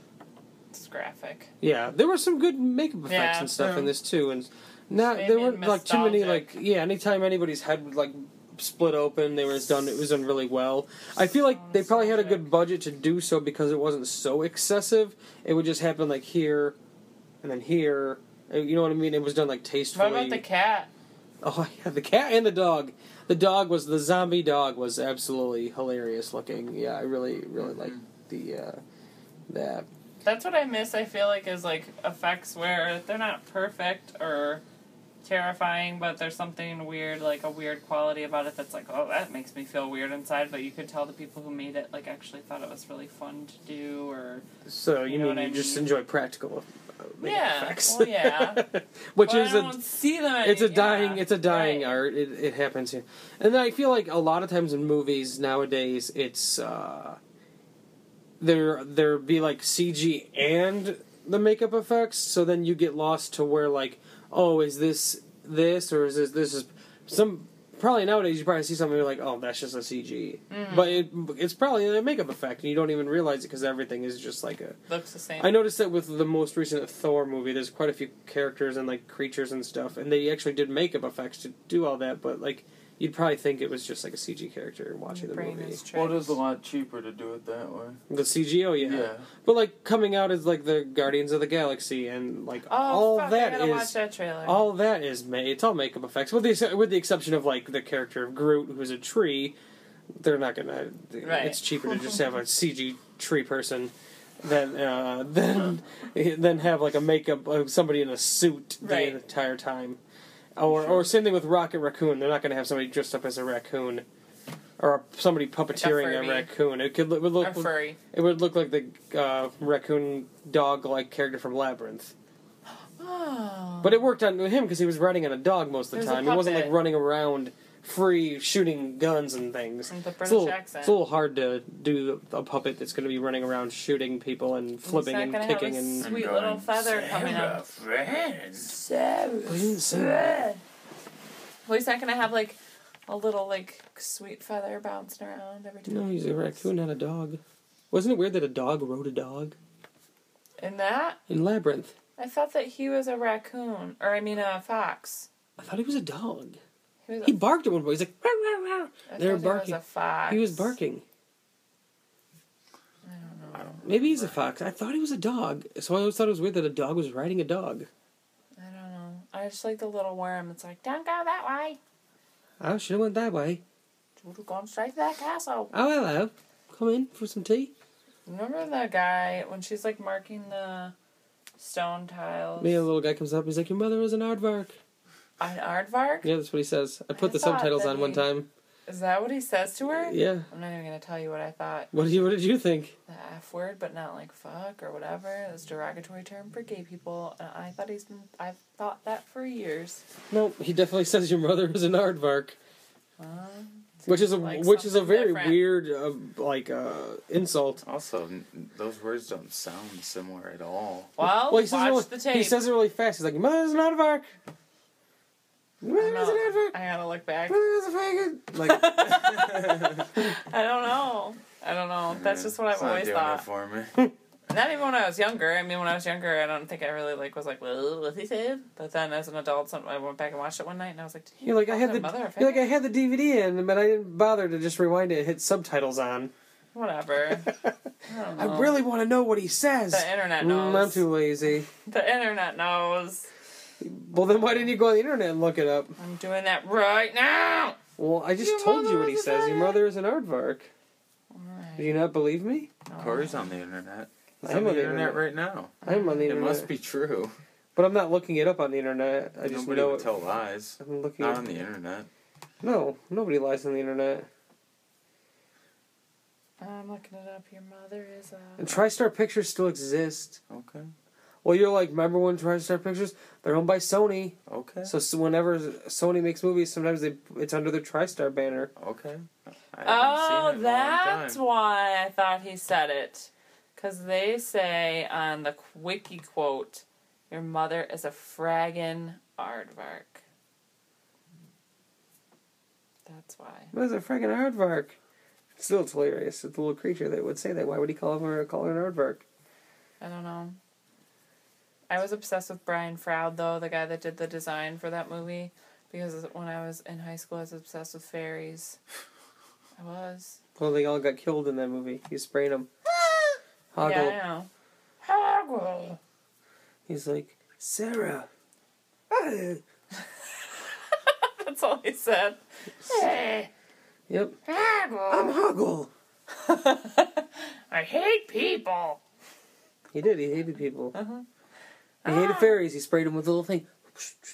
C: It's graphic.
B: Yeah, there were some good makeup effects
C: Yeah.
B: and stuff in
D: Yeah.
B: this too, and not
C: Made
B: there
C: me
B: weren't like too many like
C: nostalgic.
B: yeah. Anytime anybody's head would like split open, they were done. It was done really well. I feel like they probably had a good budget
C: Nostalgic.
B: to do so because it wasn't so excessive. It would just happen like here, and then here. and You know what I mean? It was done like tastefully.
C: What about the cat?
B: oh (laughs) yeah, the cat and the dog. The dog was the zombie dog was absolutely hilarious looking. Yeah, I really really like the uh, that.
C: That's what I miss. I feel like is like effects where they're not perfect or terrifying, but there's something weird, like a weird quality about it that's like, oh, that makes me feel weird inside. But you could tell the people who made it like actually thought it was really fun to do, or
B: So you,
C: You know
B: mean
C: what I
B: you just
C: mean?
B: enjoy practical uh, makeup
C: Yeah,
B: effects?
C: well, yeah.
B: (laughs) Which
C: But
B: is
C: I
B: a
C: don't see them.
B: it's a
C: yeah,
B: dying it's a dying
C: right.
B: art. It, it happens here, and then I feel like a lot of times in movies nowadays it's uh, there there be like CG and the makeup effects. So then you get lost to where like oh is this this or is this this is some probably nowadays you probably see something you're like oh that's just a CG,
C: Mm-hmm.
B: but it, it's probably a makeup effect and you don't even realize it because everything is just like a
C: Looks the same.
B: I noticed that with the most recent Thor movie, there's quite a few characters and like creatures and stuff, and they actually did makeup effects to do all that. But like, you'd probably think it was just like a CG character watching the
C: Brain
B: movie.
C: is
E: Well,
C: tricked.
E: it is a lot cheaper to do it that way.
B: The CG, oh yeah. But like coming out as like the Guardians of the Galaxy and like
C: Oh,
B: all
C: fuck, I
B: that
C: gotta watch
B: is
C: that trailer.
B: all that is made. It's all makeup effects, with the ex- with the exception of like the character of Groot, who's a tree. They're not gonna.
C: Right.
B: It's cheaper to just have a CG tree person than uh, (laughs) than than have like a makeup of somebody in a suit
C: Right.
B: the entire time. Or or same thing with Rocket Raccoon. They're not gonna have somebody dressed up as a raccoon. Or somebody puppeteering a,
C: Furby.
B: raccoon. It could look, would
C: or
B: look
C: furry.
B: it would look like the uh, raccoon dog like character from Labyrinth.
C: Oh.
B: But it worked on him because he was riding on a dog most of the
C: There's a
B: time. He wasn't like
C: puppet.
B: running around free shooting guns and things.
C: And the
B: it's,
C: British
B: a little,
C: accent.
B: it's a little hard to do a puppet that's going to be running around shooting people and flipping
C: not
B: and
C: gonna have
B: kicking
C: a
B: and.
C: sweet little feather coming up.
E: Friends.
C: Well, he's not gonna have like a little like sweet feather bouncing around every time.
B: No, he's a raccoon, not a dog. Wasn't it weird that a dog rode a dog
C: And that
B: in Labyrinth?
C: I thought that he was a raccoon, or I mean a fox.
B: I thought he was a dog.
C: He was. A,
B: He barked at one point. He's like, "Meow, meow, meow."
C: I
B: they were
C: thought
B: barking.
C: He was a fox.
B: He was barking. I don't know. Maybe he's a fox. I thought he was a dog, so I always thought it was weird that a dog was riding a dog.
C: I don't know. I just like the little worm. It's like don't go that way.
B: I should have went that way.
C: We're going straight to that castle.
B: Oh hello, come in for some tea.
C: Remember the guy when she's like marking the stone tiles?
B: Me, a little guy comes up. He's like, "Your mother was an aardvark."
C: An aardvark?
B: Yeah, that's what he says. I put
C: I
B: the
C: thought
B: subtitles
C: that
B: on one
C: he-
B: time.
C: Is that what he says to her?
B: Yeah.
C: I'm not even gonna tell you what I thought.
B: What did you What did you think?
C: The F word, but not like fuck or whatever. It's a derogatory term for gay people, and I thought he's been. I've thought that for years.
B: No, he definitely says your mother was an aardvark,
C: Um,
B: which is a
C: Like
B: which is a
C: something
B: very
C: different.
B: weird uh, like uh, insult.
E: Also, n- those words don't sound similar at all.
C: well,
B: Well, he says,
C: watch
B: it really,
C: the tape.
B: he says it really fast. He's like, "Your mother was an aardvark." Your
C: I,
B: mother was an
C: know.
B: aardvark.
C: I gotta look back.
B: Your mother was a faggot. Like,
C: (laughs) I don't know. I don't know. That's
E: Yeah,
C: just what I've
E: it's not
C: always
E: doing it
C: thought.
E: for me.
C: Not even when I was younger. I mean, when I was younger, I don't think I really like was like, well, what he said. But then as an adult, some, I went back and watched it one night, and I was like,
B: You're like I
C: call
B: had
C: their
B: the
C: mother a
B: you're like I
C: faggot?
B: had the DVD in, but I didn't bother to just rewind it and hit subtitles on. (laughs)
C: whatever. I, don't
E: Um,
C: know.
B: I really want to know what he says.
C: The internet
B: Mm, I'm
C: knows.
B: too lazy.
C: The internet knows.
B: Well, then why didn't you go on the internet and look it up?
C: I'm doing that right now.
B: Well, I just
C: Your
B: told you
C: mother
B: what he
C: is an
B: says. Your
C: aardvark.
B: mother is an aardvark. Do you not believe me?
E: Corey's on the internet. He's
B: I'm
E: on the
B: on the
E: internet
B: internet.
E: right now.
B: I'm on the
E: It
B: internet,
E: must be true.
B: but I'm not looking it up on the internet. I just
E: Nobody
B: know
E: would
B: it.
E: tell lies.
B: I'm looking.
E: Not
B: It.
E: on the internet.
B: No, nobody lies on the internet.
C: I'm looking it up. Your mother is a.
B: And TriStar Pictures still exist.
E: Okay.
B: Well, you're like, remember when TriStar Pictures? They're owned by Sony.
E: Okay.
B: So, so whenever Sony makes movies, sometimes they it's under the TriStar banner.
E: okay. I
C: Oh,
E: haven't seen it in a long
C: that's
E: time.
C: why I thought he said it. Because they say on the wiki quote, your mother is a fraggin' aardvark. That's why.
B: What is a friggin' aardvark? Still, it's hilarious. It's a little creature that would say that. Why would he call her call her an aardvark?
C: I don't know. I was obsessed with Brian Froud, though, the guy that did the design for that movie. Because when I was in high school, I was obsessed with fairies. I was.
B: Well, they all got killed in that movie. He's spraying them. Hoggle.
C: (gasps) Yeah, I know. Hoggle.
B: He's like, Sarah. Ah."
C: That's all he said.
B: Yep. I'm Hoggle.
C: I hate people.
B: He did. He hated people.
C: Uh-huh.
B: He hated
C: Ah.
B: fairies. He sprayed them with a little thing.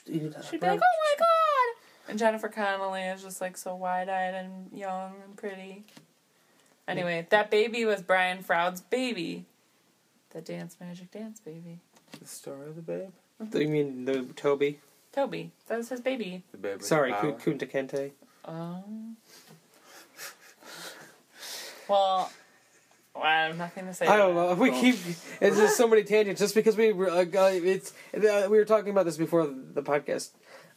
B: He did that.
C: She'd be like, oh my god. And Jennifer Connelly is just like so wide eyed and young and pretty. Anyway, that baby was Brian Froud's baby. The Dance Magic Dance baby.
E: The story of the babe.
B: You mean the Toby?
C: Toby. That was his baby.
E: The babe. with
B: Sorry,
E: the
B: Ku-
E: power.
B: Kunta Kente.
C: Um. Well, I have nothing to say.
B: I
C: to
B: don't
C: that.
B: know. We keep it's just so many tangents. Just because we were, uh, uh, it's uh, we were talking about this before the podcast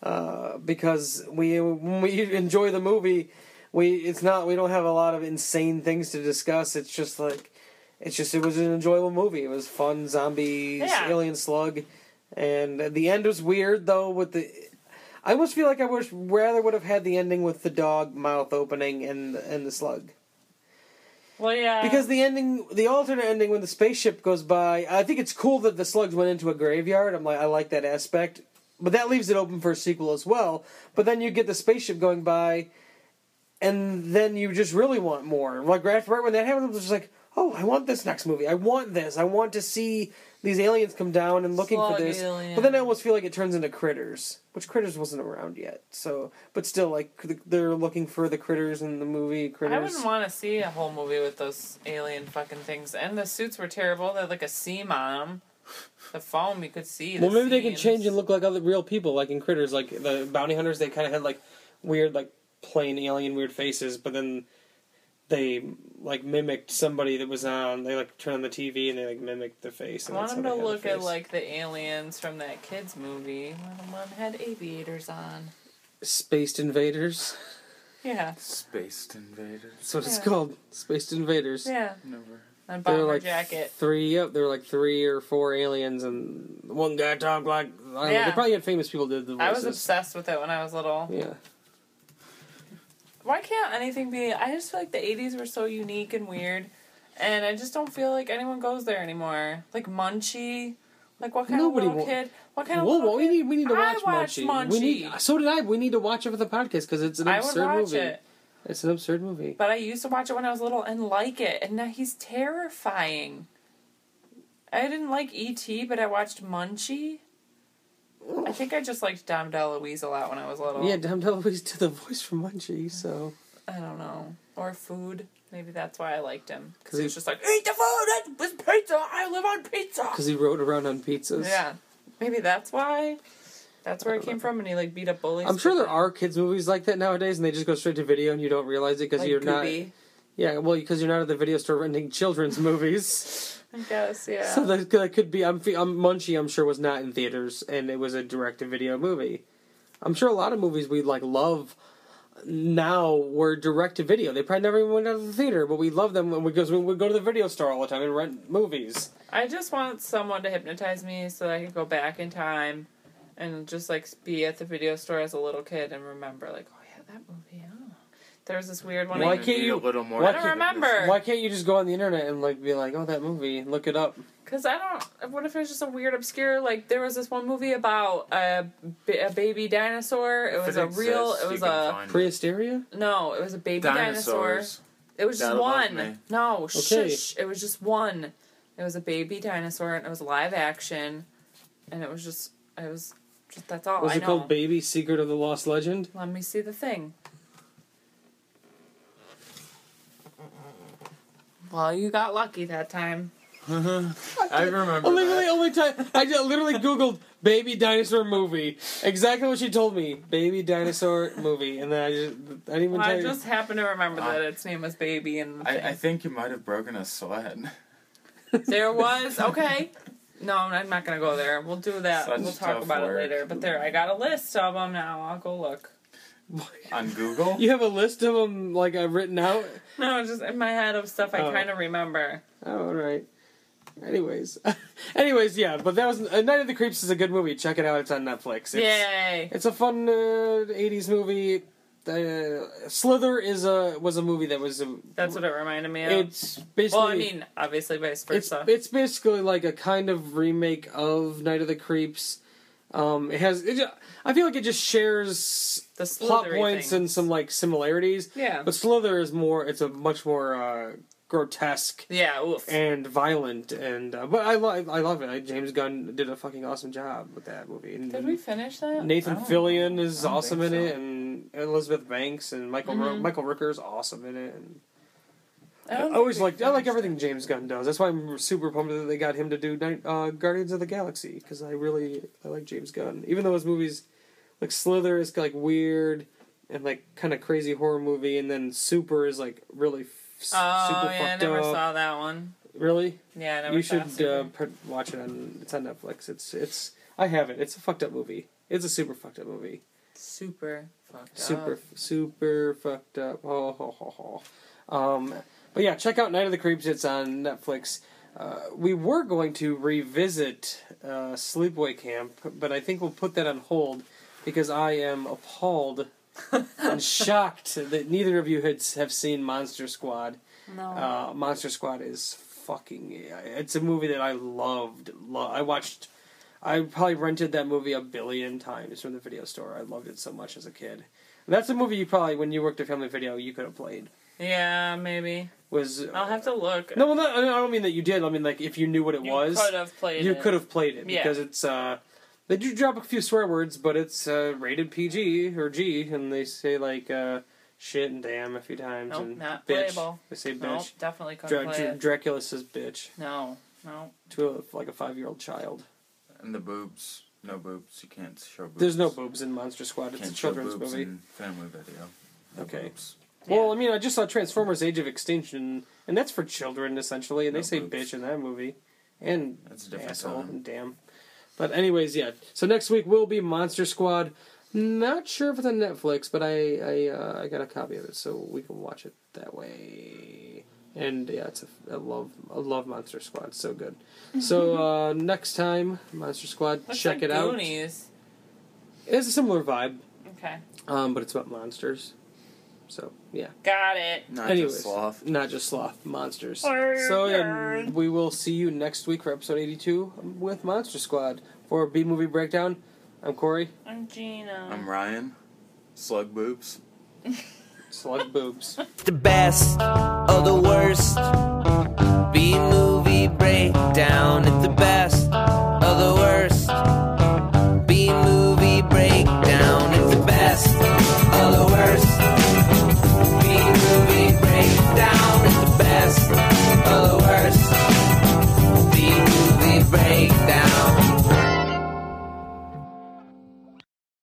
B: uh, because we when we enjoy the movie, we it's not we don't have a lot of insane things to discuss. It's just like it's just it was an enjoyable movie. It was fun zombies,
C: Yeah.
B: alien slug, and the end was weird though with the. I almost feel like I wish rather would have had the ending with the dog mouth opening and and the slug.
C: Well, yeah.
B: Because the ending, the alternate ending when the spaceship goes by, I think it's cool that the slugs went into a graveyard. I'm like, I like that aspect, but that leaves it open for a sequel as well. But then you get the spaceship going by, and then you just really want more. Like right, right when that happens, I was just like, oh, I want this next movie. I want this. I want to see these aliens come down and looking
C: Slug
B: for this.
C: alien.
B: But then I almost feel like it turns into critters, which critters wasn't around yet. So, but still, like they're looking for the critters in the movie. Critters.
C: I wouldn't want to see a whole movie with those alien fucking things. And the suits were terrible. They're like a seam on them. The foam you could see.
B: Well,
C: the
B: maybe they can
C: seams.
B: change and look like other real people, like in Critters, like the bounty hunters. They kind of had like weird, like plain alien weird faces, but then they like mimicked somebody that was on. They like turned on the TV and they like mimicked the face.
C: I
B: And
C: want
B: that's
C: them
B: how
C: to
B: they had the
C: look at
B: face.
C: like the aliens from that kids movie. One of them had aviators on.
B: Spaced Invaders. (laughs)
C: Yeah,
E: Spaced invaders.
B: That's what it's
C: Yeah.
B: called. Spaced Invaders.
C: yeah.
E: Never.
B: There
C: And bomber
B: were like
C: jacket.
B: three. Yep, there were like three or four aliens, and one guy talked like I don't know. They
C: Yeah.
B: probably had famous people did the
C: I
B: voices.
C: was obsessed with it when I was little.
B: Yeah.
C: Why can't anything be? I just feel like the '80s were so unique and weird, and I just don't feel like anyone goes there anymore. Like Munchie, like what kind
B: Nobody
C: of little
B: wa-
C: kid? What kind of
B: Well,
C: little
B: well, we
C: kid?
B: need we need to
C: I
B: watch
C: watched
B: Munchie. We need,
C: Munchie.
B: so did I. We need to watch it for the podcast because it's an
C: I would
B: absurd
C: watch
B: movie.
C: it,
B: It's an absurd movie.
C: but I used to watch it when I was little and like it, and now he's terrifying. I didn't like E.T., but I watched Munchie. I think I just liked Dom DeLuise a lot when I was little.
B: Yeah, Dom DeLuise did the voice for Munchie, so
C: I don't know. Or food. Maybe that's why I liked him. Because
B: he-
C: he was just like, eat the food! It's it's pizza! I live on pizza!
B: because he rode around on pizzas.
C: Yeah, maybe that's why. That's where it came from, and he like beat up bullies.
B: I'm sure there are kids movies like that nowadays, and they just go straight to video, and you don't realize it because
C: Like
B: you're not.
C: Goopy,
B: Yeah, well, because you're not at the video store renting children's (laughs) movies.
C: I guess, yeah.
B: (laughs) So that, that could be. I'm, fe- I'm Munchie. I'm sure was not in theaters, and it was a direct to video movie. I'm sure a lot of movies we like love now we're direct to video. They probably never even went out to the theater, but we love them because we would go to the video store all the time and rent movies.
C: I just want someone to hypnotize me so that I can go back in time and just like be at the video store as a little kid and remember like, oh yeah, that movie. Oh. There was this weird one.
B: Why
C: I-
E: Maybe
B: can't
E: a
B: you-
E: little more
B: why
C: I don't remember
B: Why can't you just go on the internet and like be like, oh, that movie, look it up?
C: because I don't. What if it was just a weird, obscure? Like there was this one movie about a, ba- a baby dinosaur. It
E: If
C: was a
E: exists,
C: real.
E: you
C: It was
E: can
C: a
E: find it.
B: Pre hysteria?
C: no. It was a baby dinosaur.
E: dinosaurs.
C: It was just
E: That'll help me.
C: one. No,
B: Okay.
C: shush. It was just one. It was a baby dinosaur, and it was live action, and it was just. It was just that's all
B: Was
C: Oh, I
B: it
C: know.
B: called Baby Secret of the Lost Legend?
C: Let me see the thing. Well, you got lucky that time.
E: I remember.
B: Only,
E: that.
B: really, only time I just literally Googled "baby dinosaur movie." Exactly what she told me: "baby dinosaur movie," and then I just I didn't even
C: Well, I
B: tell
C: just happen to remember
E: Ah.
C: that its name was Baby, and the
E: I, I
C: thing.
E: think you might have broken a sled. (laughs)
B: (laughs)
C: there was okay. No, I'm not gonna go there. We'll do that.
E: Such
C: we'll talk
E: tough
C: about
E: work.
C: it later. But there, I got a list of them now. I'll go look.
B: you.
E: On Google?
B: You have a list of them like I've written out.
C: No, just in my head of stuff I
B: Oh.
C: kind of remember.
B: Oh, all right. Anyways, (laughs) anyways, yeah. But that was uh, Night of the Creeps is a good movie. Check it out. It's on Netflix. It's,
C: Yay!
B: It's a fun uh, '80s movie. Uh, Slither is a was a movie that was a,
C: That's what it reminded me of.
B: it's basically
C: well, I mean, obviously vice
B: it's
C: versa.
B: it's basically like a kind of remake of Night of the Creeps. Um, it has. It, ju- I feel like it just shares
C: The
B: plot
C: slithery
B: points
C: things.
B: and some like similarities.
C: Yeah.
B: But Slither is more. It's a much more uh, grotesque
C: yeah. Oof.
B: and violent and uh, but I love I love it. I, James Gunn did a fucking awesome job with that movie. And,
C: Did we finish that?
B: Nathan
E: I don't-
B: Fillion
E: I
B: is
E: don't
B: awesome in
E: think
B: it,
E: so. Mm-hmm.
B: and Elizabeth Banks and Michael Ro- Michael Rooker is awesome in it. And
C: I,
B: I,
C: don't think
B: always
C: we
B: like I like
C: finished
B: everything James Gunn does. That's why I'm super pumped that they got him to do Night, uh, Guardians of the Galaxy because I really I like James Gunn. Even though his movies like Slither is like weird and like kind of crazy horror movie, and then Super is like really f-
C: it. Oh
B: super
C: yeah, I
B: fucked
C: never
B: up.
C: saw that one.
B: Really.
C: Yeah, I never
B: You
C: saw
B: should
C: Super.
B: uh, pr- watch it on. It's on Netflix. It's it's. I have it. It's a fucked up movie. It's a super fucked up movie.
C: super fucked
B: Super
C: up.
B: super fucked up. (laughs) Oh, ho, ho, ho. Um, but yeah, check out Night of the Creeps. It's on Netflix. Uh, we were going to revisit uh, Sleepaway Camp, but I think we'll put that on hold because I am
C: (laughs)
B: appalled and shocked that neither of you had have seen Monster Squad.
C: No.
B: Uh, Monster Squad is fucking. It's a movie that I loved. Lo- I watched. I probably rented that movie a billion times from the video store. I loved it so much as a kid. That's a movie you probably, when you worked at Family Video, you could have played.
C: yeah, maybe.
B: Was
C: I'll have to look.
B: no, well, not, I don't mean that you did. I mean like if you knew what it
C: you
B: was,
C: could have played.
B: you
C: it.
B: could have played it
C: Yeah.
B: because it's. uh They do drop a few swear words, but it's uh, rated PG or G, and they say like uh shit and damn a few times
C: Nope,
B: and
C: not
B: bitch.
C: playable.
B: They say bitch.
C: Nope, definitely could
B: Dra-
C: have
B: Dra-
C: played. it.
B: Dracula says bitch
C: No, no.
B: to a, like a five year old child.
E: And the boobs. No boobs. You can't show boobs.
B: There's no boobs in Monster Squad.
E: Can't
B: It's a
E: show
B: children's
E: boobs
B: movie.
E: in family video. No
B: Okay.
E: boobs.
B: Well, I mean, I just saw Transformers: Age of Extinction, and that's for children essentially, and
E: No
B: they say
E: boobs.
B: bitch in that movie, and
E: That's a different
B: asshole
E: time.
B: and damn. But anyways, yeah. So next week will be Monster Squad. Not sure if it's on Netflix, but I I, uh, I got a copy of it, so we can watch it that way. And yeah, it's a, I love I love Monster Squad. It's so good. So
C: (laughs)
B: uh, next time, Monster Squad,
C: Looks
B: check
C: like
B: it out.
C: Goonies.
B: It's a similar vibe,
C: Okay,
B: um, but it's about monsters. So yeah,
C: got it.
E: Not
B: Anyways.
E: just sloth.
B: not just sloth monsters. So and we will see you next week for episode eighty-two with Monster Squad for B movie breakdown. I'm Corey.
C: I'm Gina.
E: I'm Ryan. Slug boobs.
B: Slug (laughs) boobs.
A: the best of the worst.